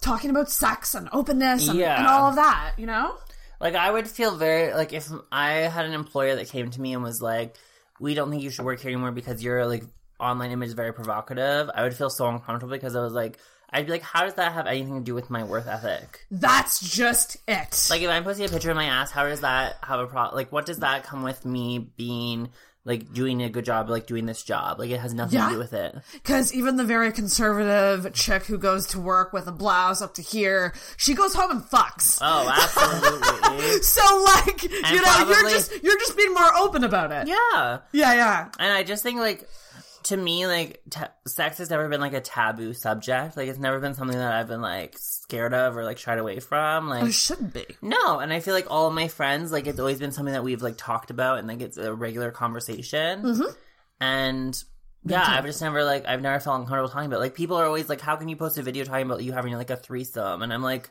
talking about sex and openness and,
Yeah.
and all of that you know
Like I would feel very like if I had an employer that came to me and was like, "We don't think you should work here anymore because your like online image is very provocative." I would feel so uncomfortable because I was like, I'd be like, "How does that have anything to do with my worth ethic?"
that's just it
Like if I'm posting a picture of my ass, how does that have a pro? Like what does that come with me being like doing a good job, like doing this job. Like it has nothing
Yeah.
to do with it.
Because even the very conservative chick who goes to work with a blouse up to here, she goes home and fucks.
Oh, absolutely.
so like, you know, you're
probably-
just you're just being more open about it.
yeah.
yeah, yeah.
And I just think like to me like t- sex has never been like a taboo subject. Like it's never been something that I've been like scared of or like shied away from. Like
It shouldn't be.
No, and I feel like all of my friends, like it's always been something that we've like talked about, and like it's a regular conversation.
Mm-hmm.
And yeah, I've just never like I've never felt uncomfortable talking about. it. Like people are always like, "How can you post a video talking about you having like a threesome?" And I'm like,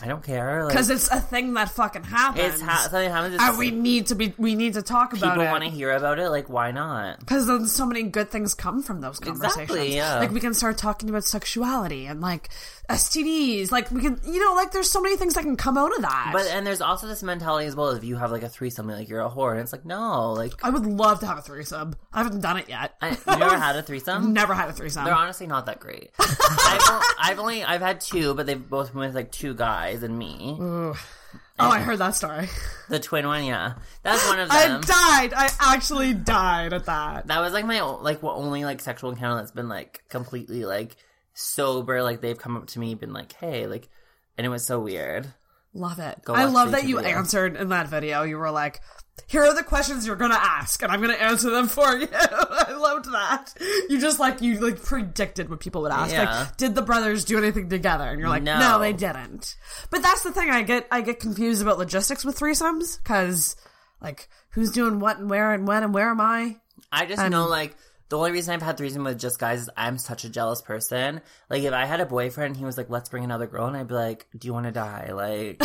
I don't care. Like,
Because it's a thing that fucking happens.
it's ha- something happens. It's,
and we need to be we need to talk about
people
it.
want to hear about it. Like, why not?
Because then so many good things come from those conversations.
yeah.
Like we can start talking about sexuality and like STDs. Like we can, you know, like there's so many things that can come out of that.
But and there's also this mentality as well. If you have like a threesome, like you're a whore, and it's like no, like
I would love to have a threesome. I haven't done it yet.
I you never had a threesome.
Never had a threesome.
They're honestly not that great. I've, o- I've only I've had two, but they've both been with like two guys and me.
oh, I heard that story.
The twin one, yeah, that's one of
I
them.
died. I actually died at that.
that was like my o- like only like sexual encounter that's been like completely like sober. Like they've come up to me, been like, "Hey," like, and it was so weird.
Love it.
Go
I
watch
love
the
that you
YouTube video.
answered in that video. You were like, here are the questions you're gonna ask, and I'm gonna answer them for you. I loved that. You just like you like predicted what people would ask.
Yeah.
Like, did the brothers do anything together? And you're like, no.
No.
they didn't. But that's the thing. I get I get confused about logistics with threesomes because like who's doing what and where and when and where am I?
I just know like the only reason I've had threesome with just guys is I'm such a jealous person. Like if I had a boyfriend, and he was like, "Let's bring another girl," and I'd be like, "Do you want to die? Like,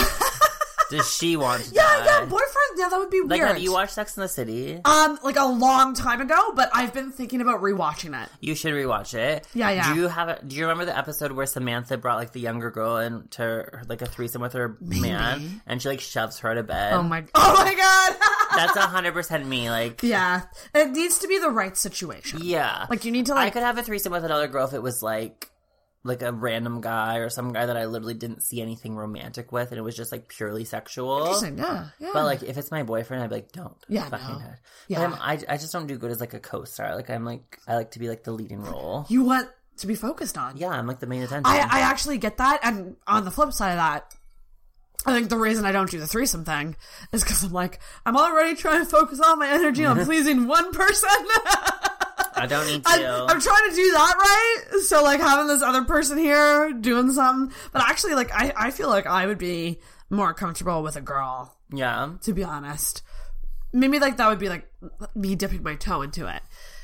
does she want to
Yeah,
die?"
yeah, boyfriend. Yeah, that would be
Like,
weird.
have you watched Sex in the City?
um, like a long time ago, but I've been thinking about rewatching it.
You should rewatch it.
Yeah, yeah.
Do you have? A, do you remember the episode where Samantha brought like the younger girl into her- like a threesome with her man, and she like shoves her to bed?
Oh my! Oh my god!
That's hundred percent me. Like,
Yeah, it needs to be the right situation.
yeah.
Like you need to
I
like.
could have a threesome with another girl if it was like like a random guy or some guy that I literally didn't see anything romantic with, and it was just like purely sexual.
Interesting, yeah, yeah.
But like, if it's my boyfriend, I'd be like, don't.
Yeah,
fucking
no.
head.
Yeah.
But I'm, I I just don't do good as like a co-star. Like I'm like I like to be like the leading role.
you want to be focused on.
Yeah, I'm like the main attention.
I I actually get that, and on the flip side of that. I think the reason I don't do the threesome thing is because I'm like, I'm already trying to focus all my energy on pleasing one person.
I don't need to.
I, I'm trying to do that right. So, like, having this other person here doing something. But actually, like, I, I feel like I would be more comfortable with a girl
yeah.
to be honest. Maybe like that would be like me dipping my toe into it.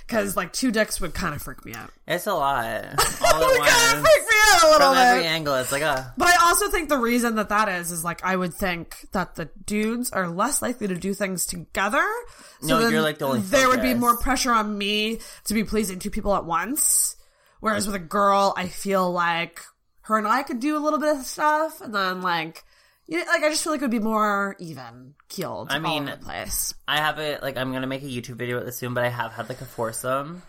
Cause like two dicks would kind of freak me out.
It's a lot. All
It
at
would kind of
once.
freak me out a little
From every
bit.
angle, it's like, ah.
But I also think the reason that that is is like I would think that the dudes are less likely to do things together. So
No, you're, like, the only
There would be
focus.
more pressure on me to be pleasing two people at once. Whereas with a girl, I feel like her and I could do a little bit of stuff, and then like, you know, like I just feel like it would be more even keeled. I mean,
mean,
all over the place.
I have it. Like, I'm gonna make a YouTube video with this soon, but I have had like a foursome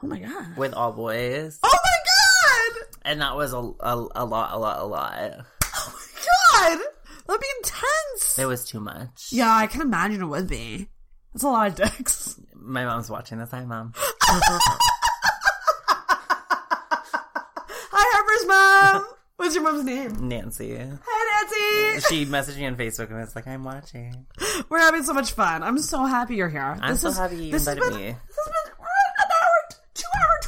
Oh my god.
with all boys,
Oh my god!
and that was a, a, a lot, a lot, a lot.
God! That'd be intense!
It was too much.
Yeah, I can imagine it would be. That's a lot of dicks.
My mom's watching this. Hi, mom.
Hi, Harper's mom! What's your mom's name?
Nancy.
Hi, Nancy!
She messaged me on Facebook and it's like, I'm watching.
We're having so much fun. I'm so happy you're here.
I'm so happy you
this has
invited
been-
me.
This has been, we're at an hour, two hour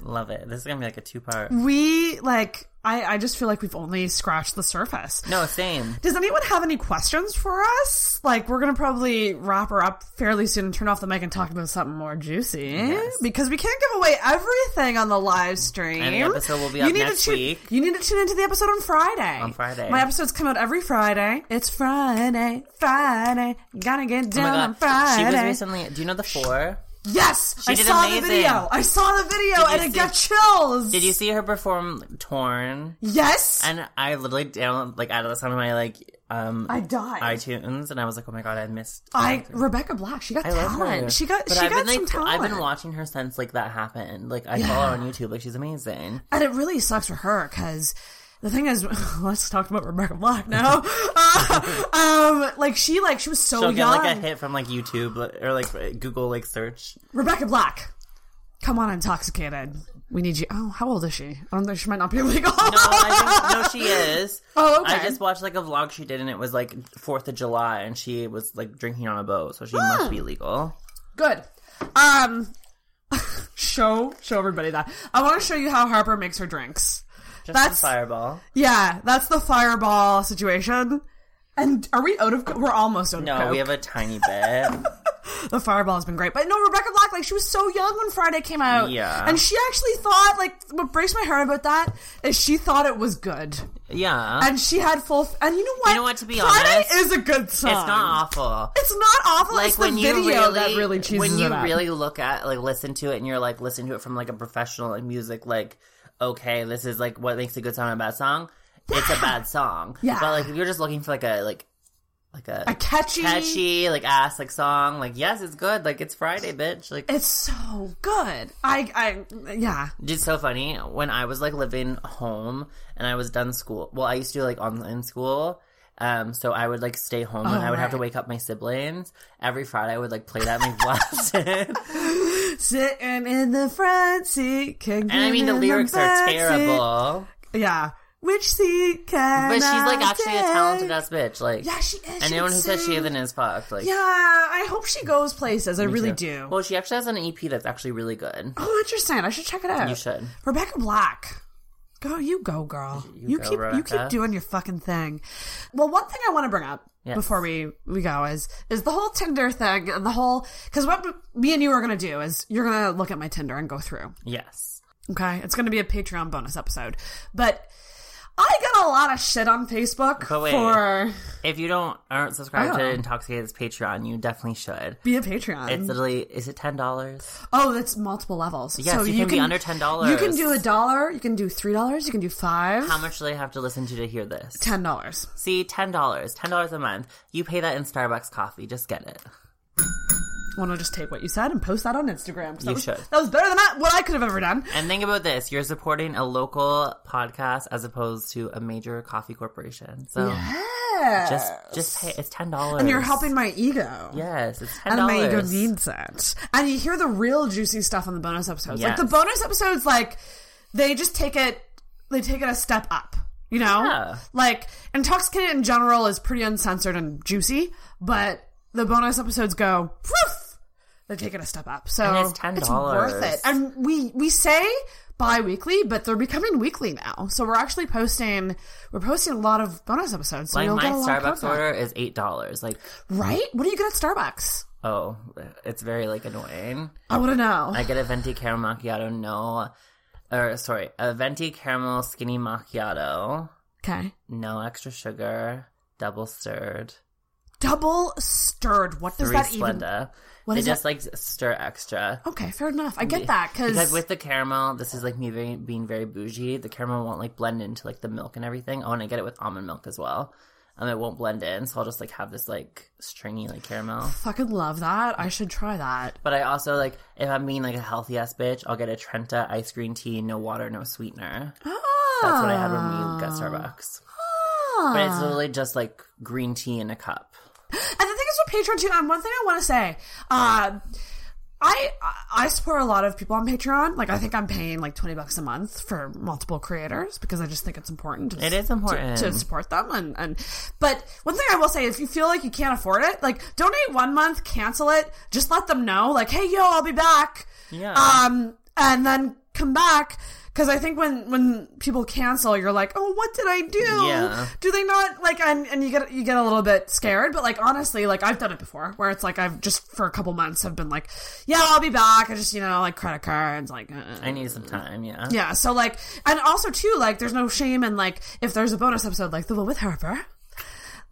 21!
Love it. This is gonna be like a two part.
Mm. We, like, I, I just feel like we've only scratched the surface.
No, same. Oh
Does anyone have any questions for us? Like, we're gonna probably wrap her up fairly soon and turn off the mic and talk about something more juicy because we can't give away everything on the live stream.
And the episode will be up next
to tune,
week.
You need to tune into the episode on Friday. On
Friday.
my episodes come out every Friday. It's Friday, Friday. Gotta get
Oh
down on
my god. She
Friday.
was recently. Do you know the four?
yes, I
did
saw the
amazing.
video. I saw the video
you
and it
see-
got chills.
Did you see her perform Torn?
Yes,
And I literally down like added this on my like um
I died.
iTunes, and I was like, oh my god, I missed.
I Rebecca Black. She got
I love
talent.
her.
She got
But
she
I've
got
been,
some
like,
talent.
I've been watching her since like that happened. Like I follow her on YouTube. Like she's amazing.
And it really sucks for her because the thing is, let's talk about Rebecca Black now. Uh, um, like she like she was so
She'll get
young.
like a hit from like YouTube like, or like Google like search.
Rebecca Black, come on, intoxicated. We need you. Oh, how old is she? I don't think she might not be legal.
No, I think, no, she is.
Oh, okay.
I just watched like a vlog she did, and it was like Fourth of July, and she was like drinking on a boat, so she must be legal.
Good. Um, show show everybody that. I want to show you how Harper makes her drinks.
Just
That's-
a fireball.
Yeah, that's the fireball situation. And are we out of? co- We're almost out of.
No,
coke.
we have a tiny bit.
the fireball has been great. But no, Rebecca Black, like she was so young when Friday came out.
Yeah.
And she actually thought, like, what breaks my heart about that is she thought it was good.
yeah,
And she had full f- and you know what?
You know what, to be
Friday
honest,
is a good song.
it's not awful.
It's not awful.
Like
it's the
when you
video
really,
that really cheeses
when you
it up.
really look at like listen to it, and you're like listen to it from like a professional in music, like okay, this is like what makes a good song a bad song. It's a bad song.
Yeah.
but like if you're just looking for like a like like
a catchy,
catchy like ass like song like yes it's good like it's friday bitch like
It's so good. I, I, yeah.
it's so funny when i was like living home and i was done school well i used to do like online school um so i would like stay home and
Oh,
i would have to
right.
wake up my siblings every friday i would like play that and like blast it
Sitting in the front seat, kicking
and i mean the
in
lyrics are
back seat.
terrible
Yeah. Which seat can
but she's like
I
actually a
take?
talented ass bitch like
Yeah, she is. She
and anyone
can
who says she
sing.
isn't is fucked like
Yeah, I hope she goes places. I really do.
well she actually has an ep that's actually really good
oh, interesting. I should check it out.
you should
Rebecca Black. Go, you go, girl. You,
go,
keep you
Rebecca.
keep doing your fucking thing. Well, one thing I want to bring up
Yes.
before we we go is is the whole Tinder thing and the whole because what me and you are gonna do is you're gonna look at my Tinder and go through.
yes
Okay, it's gonna be a Patreon bonus episode, but I got a lot of shit on Facebook
But wait.
for
If you don't aren't subscribed
Oh.
to Intoxicated's Patreon, you definitely should.
be a Patreon.
It's literally is it ten dollars?
Oh, that's multiple levels.
Yes, you can be under $10.
You can do a dollar, you can do three dollars, you can do five.
How much do they have to listen to to hear this?
Ten dollars.
See, ten dollars, ten dollars a month. You pay that in Starbucks coffee. Just get it.
Want to just take what you said and post that on Instagram? 'cause That
You
was,
should.
That was better than I, what I could have ever done.
And think about this: you're supporting a local podcast as opposed to a major coffee corporation. So just just pay. It's ten dollars.
and you're helping my ego.
Yes, it's ten
And my ego
dollars.
needs it. And you hear the real juicy stuff on the bonus episodes. Like
Yes.
the bonus episodes, like they just take it, they take it a step up. You know,
Yeah.
like intoxicated in general is pretty uncensored and juicy, but the bonus episodes go. Poof, they take it a step up, so
And it's $10.
worth it. And we we say bi-weekly, but they're becoming weekly now. So we're actually posting we're posting a lot of bonus episodes. So
Like
you'll
my
get a lot of
Starbucks
content.
order is eight dollars. Like
right? What do you get at Starbucks?
oh, it's very like annoying.
I want to know.
I get a venti caramel macchiato, no, or sorry, a venti caramel skinny macchiato,
okay.
no extra sugar, double stirred,
double stirred. What does
three
that
Splenda.
what
they
is
just like stir extra.
even? Okay, fair enough. I get that
Because
because
with the caramel, this is like me very, being very bougie. The caramel won't like blend into like the milk and everything. Oh, and I get it with almond milk as well. Um, it won't blend in, so I'll just like have this like stringy like caramel.
fucking love that. I should try that.
But I also like if I'm being like a healthy ass bitch, I'll get a Trenta ice green tea, no water, no sweetener. That's what I had when we got Starbucks.
Ah.
But it's literally just like green tea in a cup.
And the thing is with Patreon too. And one thing I want to say, uh, I I support a lot of people on Patreon. Like I think I'm paying like twenty bucks a month for multiple creators because I just think it's important. To,
It is important.
to, to support them. And and but one thing I will say, if you feel like you can't afford it, like donate one month, cancel it. Just let them know, like, hey, yo, I'll be back.
Yeah.
Um, and then come back. Because I think when, when people cancel, you're like, oh, what did I do?
Yeah.
do they not like and, and you get you get a little bit scared but like honestly like i've done it before where it's like i've just for a couple months have been like yeah i'll be back i just you know like credit cards like uh,
I need some time, yeah.
yeah so like and also too like there's no shame in like if there's a bonus episode like the one with harper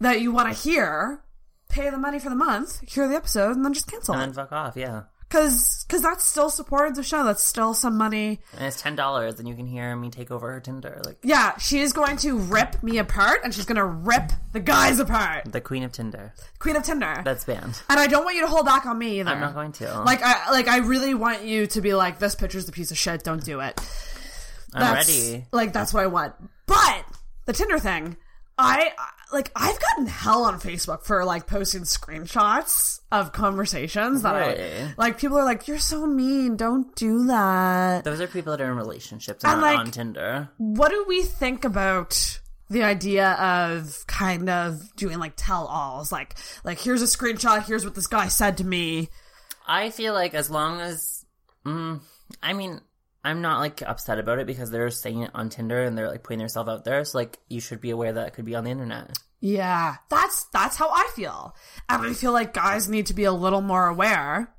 that you want to hear pay the money for the month hear the episode and then just cancel
And
it
then fuck off, yeah.
because because that's still supported the show that's still some money
And it's ten dollars and you can hear me take over her Tinder, like
yeah she is going to rip me apart and she's gonna rip the guys apart
the Queen of Tinder.
queen of tinder
That's banned.
And I don't want you to hold back on me either.
I'm not going to.
Like I like I really want you to be like this picture's the piece of shit. Don't do it.
I'm
That's,
ready.
Like that's what I want. But the Tinder thing, I like I've gotten hell on Facebook for like posting screenshots of conversations that I
Really?
like people are like you're so mean don't do that.
Those are people that are in relationships
And,
and
like-
not on Tinder.
What do we think about the idea of kind of doing like tell alls like like here's a screenshot here's what this guy said to me.
I feel like as long as, mm, I mean, I'm not like upset about it because they're saying it on Tinder and they're like putting themselves out there. So like, you should be aware that it could be on the internet.
Yeah, that's that's how I feel. And I feel like guys need to be a little more aware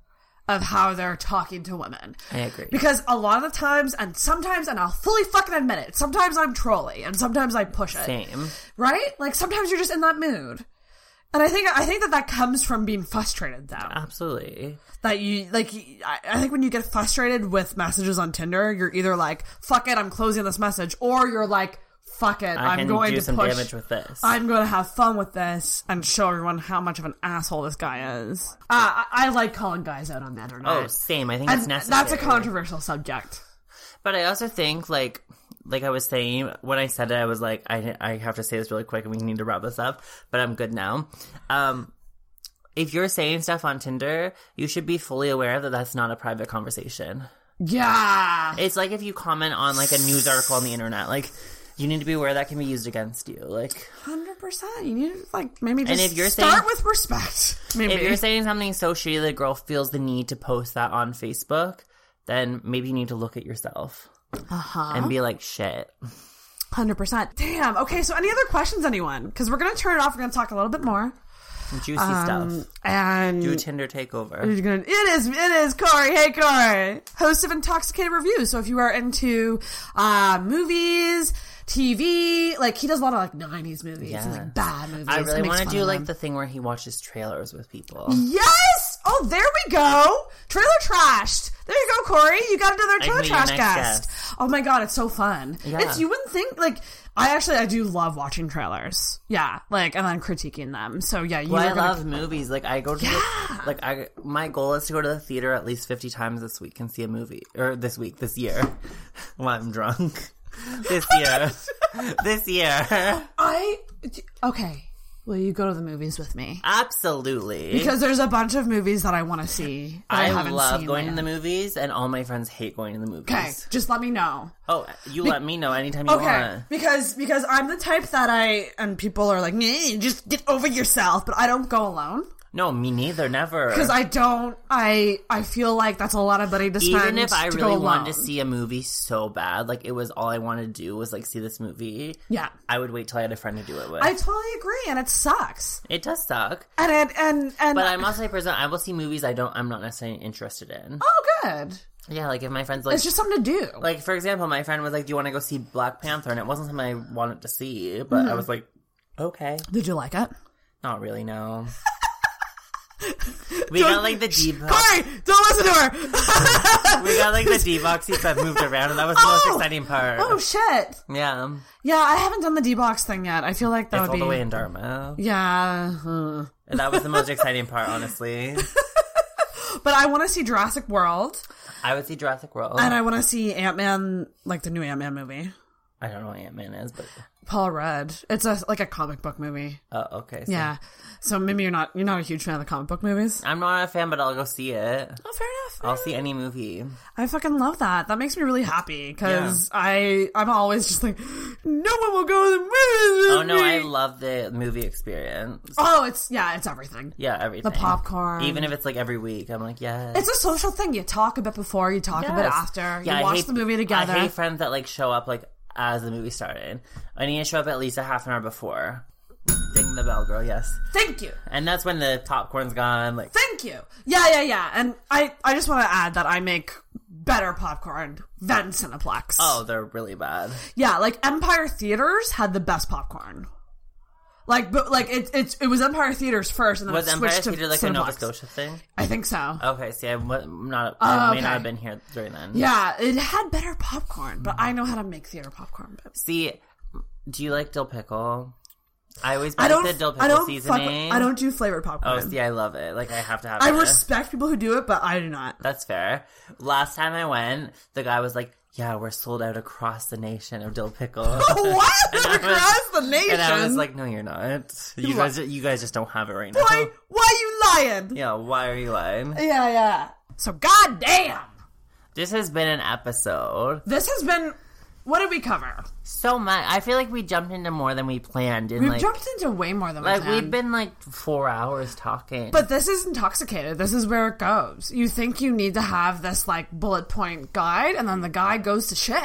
of how they're talking to women.
I agree.
Because a lot of the times, and sometimes, and I'll fully fucking admit it, sometimes I'm trolly and sometimes I push it.
Same.
Right? Like sometimes you're just in that mood. And I think I think that that comes from being frustrated though.
Absolutely.
That you like, I I think when you get frustrated with messages on Tinder, you're either like "fuck it, I'm closing this message," or you're like "fuck it,
I
I'm
can
going
do
to
some
push."
damage with this.
I'm going to have fun with this and show everyone how much of an asshole this guy is. Uh, I, I like calling guys out on that or
oh,
not.
same. I think
and
it's necessary.
that's a controversial subject.
But I also think like like I was saying when I said it, I was like I I have to say this really quick and we need to wrap this up. But I'm good now. Um, if you're saying stuff on Tinder, you should be fully aware that that's not a private conversation.
Yeah.
It's like if you comment on like a news article on the internet, like. You need to be aware that can be used against you. Like,
100%. You need to, like, maybe just
if you're
start
saying-
with respect. Maybe.
if you're saying something so shitty that a girl feels the need to post that on Facebook, then maybe you need to look at yourself
Uh-huh.
and be like, "Shit,
100%. Damn. Okay, so any other questions, anyone? Because we're going to turn it off. We're going to talk a little bit more.
juicy
Um,
stuff."
and.
Do a Tinder takeover.
You're gonna- it is, it is Corey. Hey, Corey, host of Intoxicated Review. So if you are into uh, movies, TV, like he does a lot of like '90s movies and
Yeah.
like bad movies.
I
and
really
makes
want to
fun
do
of
like
them. Mm-hmm.
the thing where he watches trailers with people.
yes. Oh, there we go. Trailer trashed. There you go, Corey. You got another trailer
can be your
trash
next
guest. Oh my god, it's so fun.
Yeah.
It's you wouldn't think like. I actually I do love watching trailers. Yeah, like and then critiquing them. So yeah, you
Well, I
are gonna-
love movies. Like I go to the, like I my goal is to go to the theater at least fifty times this week and see a movie or this week this year when I'm drunk. This year, this year,
I okay. Will you go to the movies with me?
absolutely.
because there's a bunch of movies that I want to see. That I,
I,
haven't
love
seen
going to the
yet.
movies, and all my friends hate going to the movies.
Okay, just let me know.
Oh, you let me know anytime you
Okay,
want.
because because I'm the type that I and people are like, "Nyeh, just get over yourself. But I don't go alone
No, me neither. Never.
because I don't. I I feel like that's a lot of money to spend.
even if I
to
really
go
wanted to
alone.
see a movie so bad, like it was all I wanted to do was like see this movie.
Yeah.
I would wait till I had a friend to do it with.
I totally agree, and it sucks.
it does suck,
And it and and
but I'm also a person. I will see movies I don't. I'm not necessarily interested in.
oh good.
Yeah, like if my friends like.
It's just something to do.
like for example, my friend was like, "Do you want to go see Black Panther?" And it wasn't something I wanted to see, but
Mm-hmm.
I was like, "Okay,
Did you like it?
not really, no." we got like the deep.
Corey, don't listen to her.
We got like the devoxies that moved around, and that was the
Oh!
most exciting part.
oh shit.
yeah,
Yeah, I haven't done the D box thing yet. I feel like that
it's
would
all
be
the way in Dharma.
Yeah. huh.
And that was the most exciting part, honestly.
But I want to see Jurassic World
I would see Jurassic World.
and I want to see Ant Man, like the new Ant Man movie.
I don't know what Ant Man is, but
Paul Rudd. It's a like a comic book movie.
uh, okay. So
Yeah. So maybe you're not you're not a huge fan of the comic book movies.
I'm not a fan, but I'll go see it.
Oh, fair enough.
I'll see any movie.
I fucking love that. That makes me really happy because I I'm always just like, no one will go to the movies.
Oh
with
no, I
me."
love the movie experience.
oh, it's yeah, it's everything.
Yeah, everything.
popcorn.
Even if it's like every week, I'm like, yes.
It's a social thing. You talk a bit before, you talk a bit
Yes.
after,
Yeah, I
you watch
hate-
the movie together.
I hate friends that like show up like as the movie started. I need to show up at least a half an hour before. Ding the bell, girl. Yes,
Thank you.
and that's when the popcorn's gone. Like,
Thank you. Yeah, yeah, yeah. And I, I just want to add that I make better popcorn than Cineplex.
oh, they're really bad.
Yeah, like Empire Theaters had the best popcorn. Like, but like it, it, it was Empire Theaters first, and then
Was
it
Empire
switched to
Theater like a
Cineplex.
Nova Scotia thing?
I think so.
Okay, see, I wa- I'm not. I
Oh,
may
okay.
not have been here during then.
Yeah, it had better popcorn, but I know how to make theater popcorn. But
See, do you like dill pickle? I always buy
I don't.
the dill pickle
I don't. Fuck,
seasoning.
I don't do flavored
Oh,
popcorn.
see, I love it. Like I have to have.
I
it.
respect people who do it, but I do not.
That's fair. Last time I went, the guy was like, "Yeah, we're sold out across the nation of dill pickle."
what?
And I was-
Across the nation.
And I was like, no, you're not. You
You're
guys, you guys just don't have it right
why,
now.
why you lying?
oh. Yeah, why are you lying?
yeah, yeah. So goddamn,
This has been an episode.
this has been. What did we cover?
So much. I feel like we jumped into more than we planned. In
We've
like,
jumped into way more than
like
we planned.
we've been like four hours talking.
But this is intoxicated. This is where it goes. You think you need to have this like bullet point guide, and then the guy goes to shit.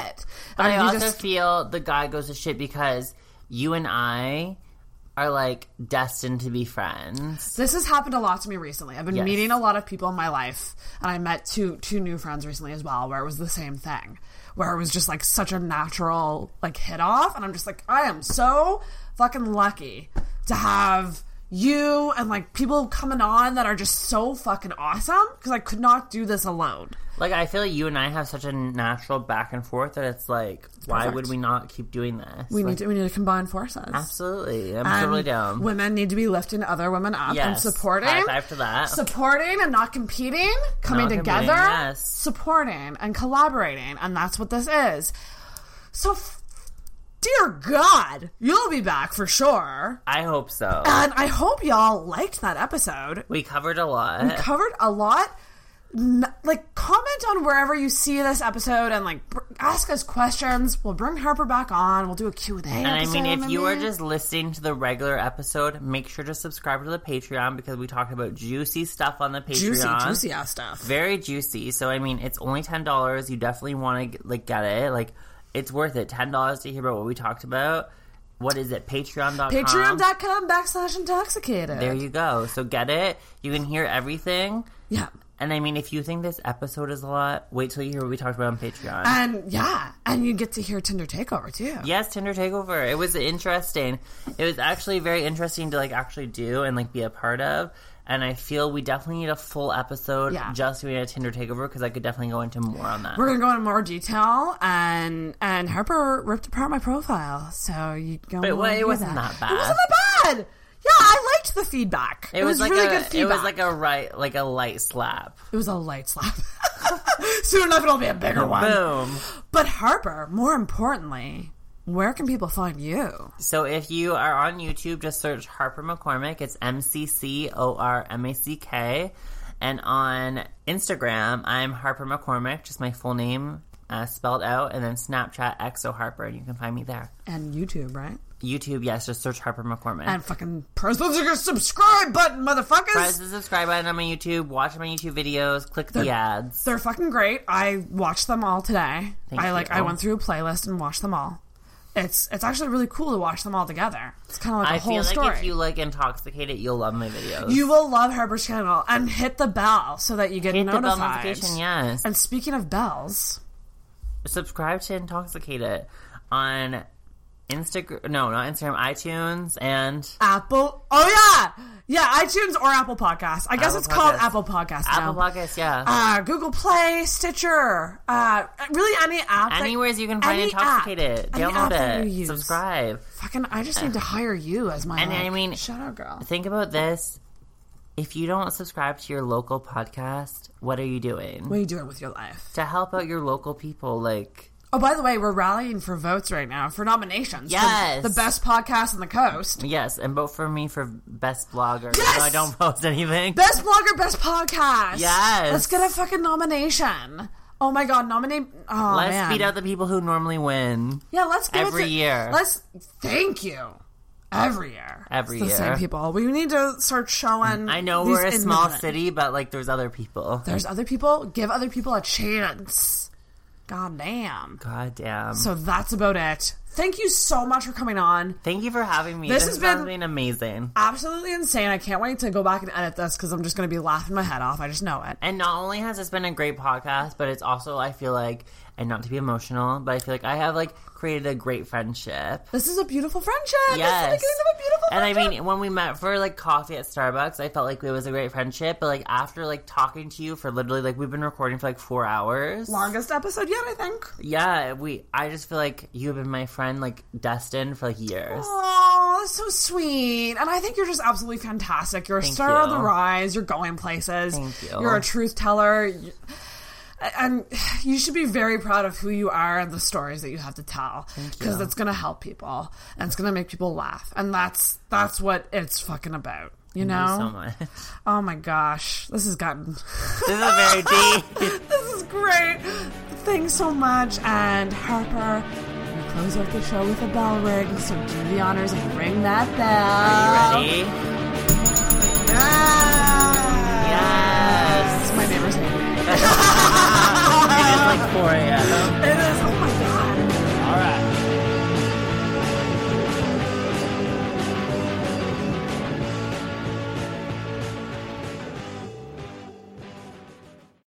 But
And
I
you
also
just-
feel the guy goes to shit because you and I are like destined to be friends.
this has happened a lot to me recently. I've been
Yes.
meeting a lot of people in my life, and I met two two new friends recently as well, where it was the same thing, where it was just like such a natural like hit off, and I'm just like, I am so fucking lucky to have you and like people coming on that are just so fucking awesome because I could not do this alone.
Like I feel like you and I have such a natural back and forth that it's like, why
perfect.
would we not keep doing this?
We Um,
Like,
need to, we need to combine forces.
absolutely. I'm
And
totally down.
Women need to be lifting other women up
yes.
and supporting.
High five to that.
Supporting and not competing, coming
Not competing,
together,
yes.
supporting and collaborating, and that's what this is. So, f- dear God, you'll be back for sure.
I hope so.
And I hope y'all liked that episode.
We covered a lot.
Covered a lot. N- Like, comment on wherever you see this episode and like br- ask us questions. We'll bring Harper back on. We'll do a Q and A.
And I mean, if you are just listening to the regular episode, make sure to subscribe to the Patreon because we talked about juicy stuff on the Patreon.
juicy, juicy ass stuff.
very juicy. So I mean, it's only ten dollars. You definitely want to like get it. Like it's worth it. Ten dollars to hear about what we talked about. What is it? Patreon.com.
Patreon.com backslash intoxicated.
There you go. So get it. You can hear everything.
yeah.
And I mean, if you think this episode is a lot, wait till you hear what we talked about on Patreon.
And yeah, and you get to hear Tinder Takeover too.
yes, Tinder Takeover. It was interesting. It was actually very interesting to like actually do and like be a part of. And I feel we definitely need a full episode
Yeah.
just doing a Tinder Takeover because I could definitely go into more on that.
We're gonna go into more detail, and and Harper ripped apart my profile, so you go.
But well, it wasn't that bad.
It wasn't that bad. Yeah, I liked the feedback. It, was,
like
really
a,
good feedback.
It was like a right, like a light slap.
it was a light slap. Soon enough, it'll be a bigger one.
Boom.
But Harper, more importantly, where can people find you?
So if you are on YouTube, just search Harper McCormick. It's M C C O R M A C K. And on Instagram, I'm Harper McCormick, just my full name uh, spelled out, and then Snapchat XO Harper, and you can find me there.
And YouTube, right?
YouTube, yes, just search Harper McCormick.
And fucking press the subscribe button, motherfuckers.
Press the subscribe button on my YouTube. Watch my YouTube videos. Click the ads.
They're fucking great. I watched them all today.
Thank
I like
you.
I went through a playlist and watched them all. It's it's actually really cool to watch them all together. It's kind of like a
I
whole
feel like
story.
if you like intoxicated, you'll love my videos.
You will love Harper's Channel and hit the bell so that you get
hit the
notified.
bell notification, yes.
And speaking of bells,
subscribe to Intoxicated on Instagram. No, not Instagram. iTunes and
Apple. Oh yeah, yeah, iTunes or Apple Podcasts. I guess
Apple
it's called
Podcasts.
Apple Podcasts.
Apple
now.
Podcasts. Yeah,
Uh, Google Play, Stitcher, uh, really any app. that-
anywhere you can find
any
Intoxicated.
App, any app that you
Download it.
use.
Subscribe.
Fucking, I just need to hire you as my.
And I
like,
mean-
shout out girl.
Think about this. If you don't subscribe to your local podcast, what are you doing
What are you doing with your life?
to help out your local people? Like,
Oh, by the way, we're rallying for votes right now for nominations. for
Yes.
the best podcast on the coast.
yes, and vote for me for best blogger.
Yes!
No, I don't post anything.
Best blogger, best podcast.
Yes.
let's get a fucking nomination. Oh my god, nominate! Oh
Let's
man,
beat out the people who normally win.
yeah, let's give it
every
to-
year.
Let's thank you every year.
Every
It's the
year.
same people. We need to start showing.
I know
these
we're a small
independent-
city, but like, there's other people.
There's other people. Give other people a chance. God damn.
God damn.
So that's about it. Thank you so much for coming on.
Thank you for having me.
This
This,
has
has
been-
been, amazing.
absolutely insane. I can't wait to go back and edit this because I'm just going to be laughing my head off. I just know it.
And not only has this been a great podcast, but it's also I feel like, and not to be emotional, but I feel like I have like created a great friendship.
This is a beautiful friendship.
Yes.
This is the beginning of a beautiful
And I
friendship.
mean, when we met for like coffee at Starbucks, I felt like it was a great friendship. But like after like talking to you for literally like we've been recording for like four hours.
longest episode yet, I think.
Yeah, we. I just feel like you have been my friend, like destined for like years.
Oh, that's so sweet. And I think you're just absolutely fantastic. You're a star on
you.
the rise. You're going places.
Thank you.
You're a truth teller. You- and you should be very proud of who you are and the stories that you have to tell because that's going to help people and it's going to make people laugh and that's that's what it's fucking about you know
so much.
oh my gosh this has gotten
This is very deep.
this is great thanks so much and harper we close out the show with a bell ring so do the honors and ring that bell
Ready?
Ah!
Yes.
That's my neighbor's name
It's like 4 a.m.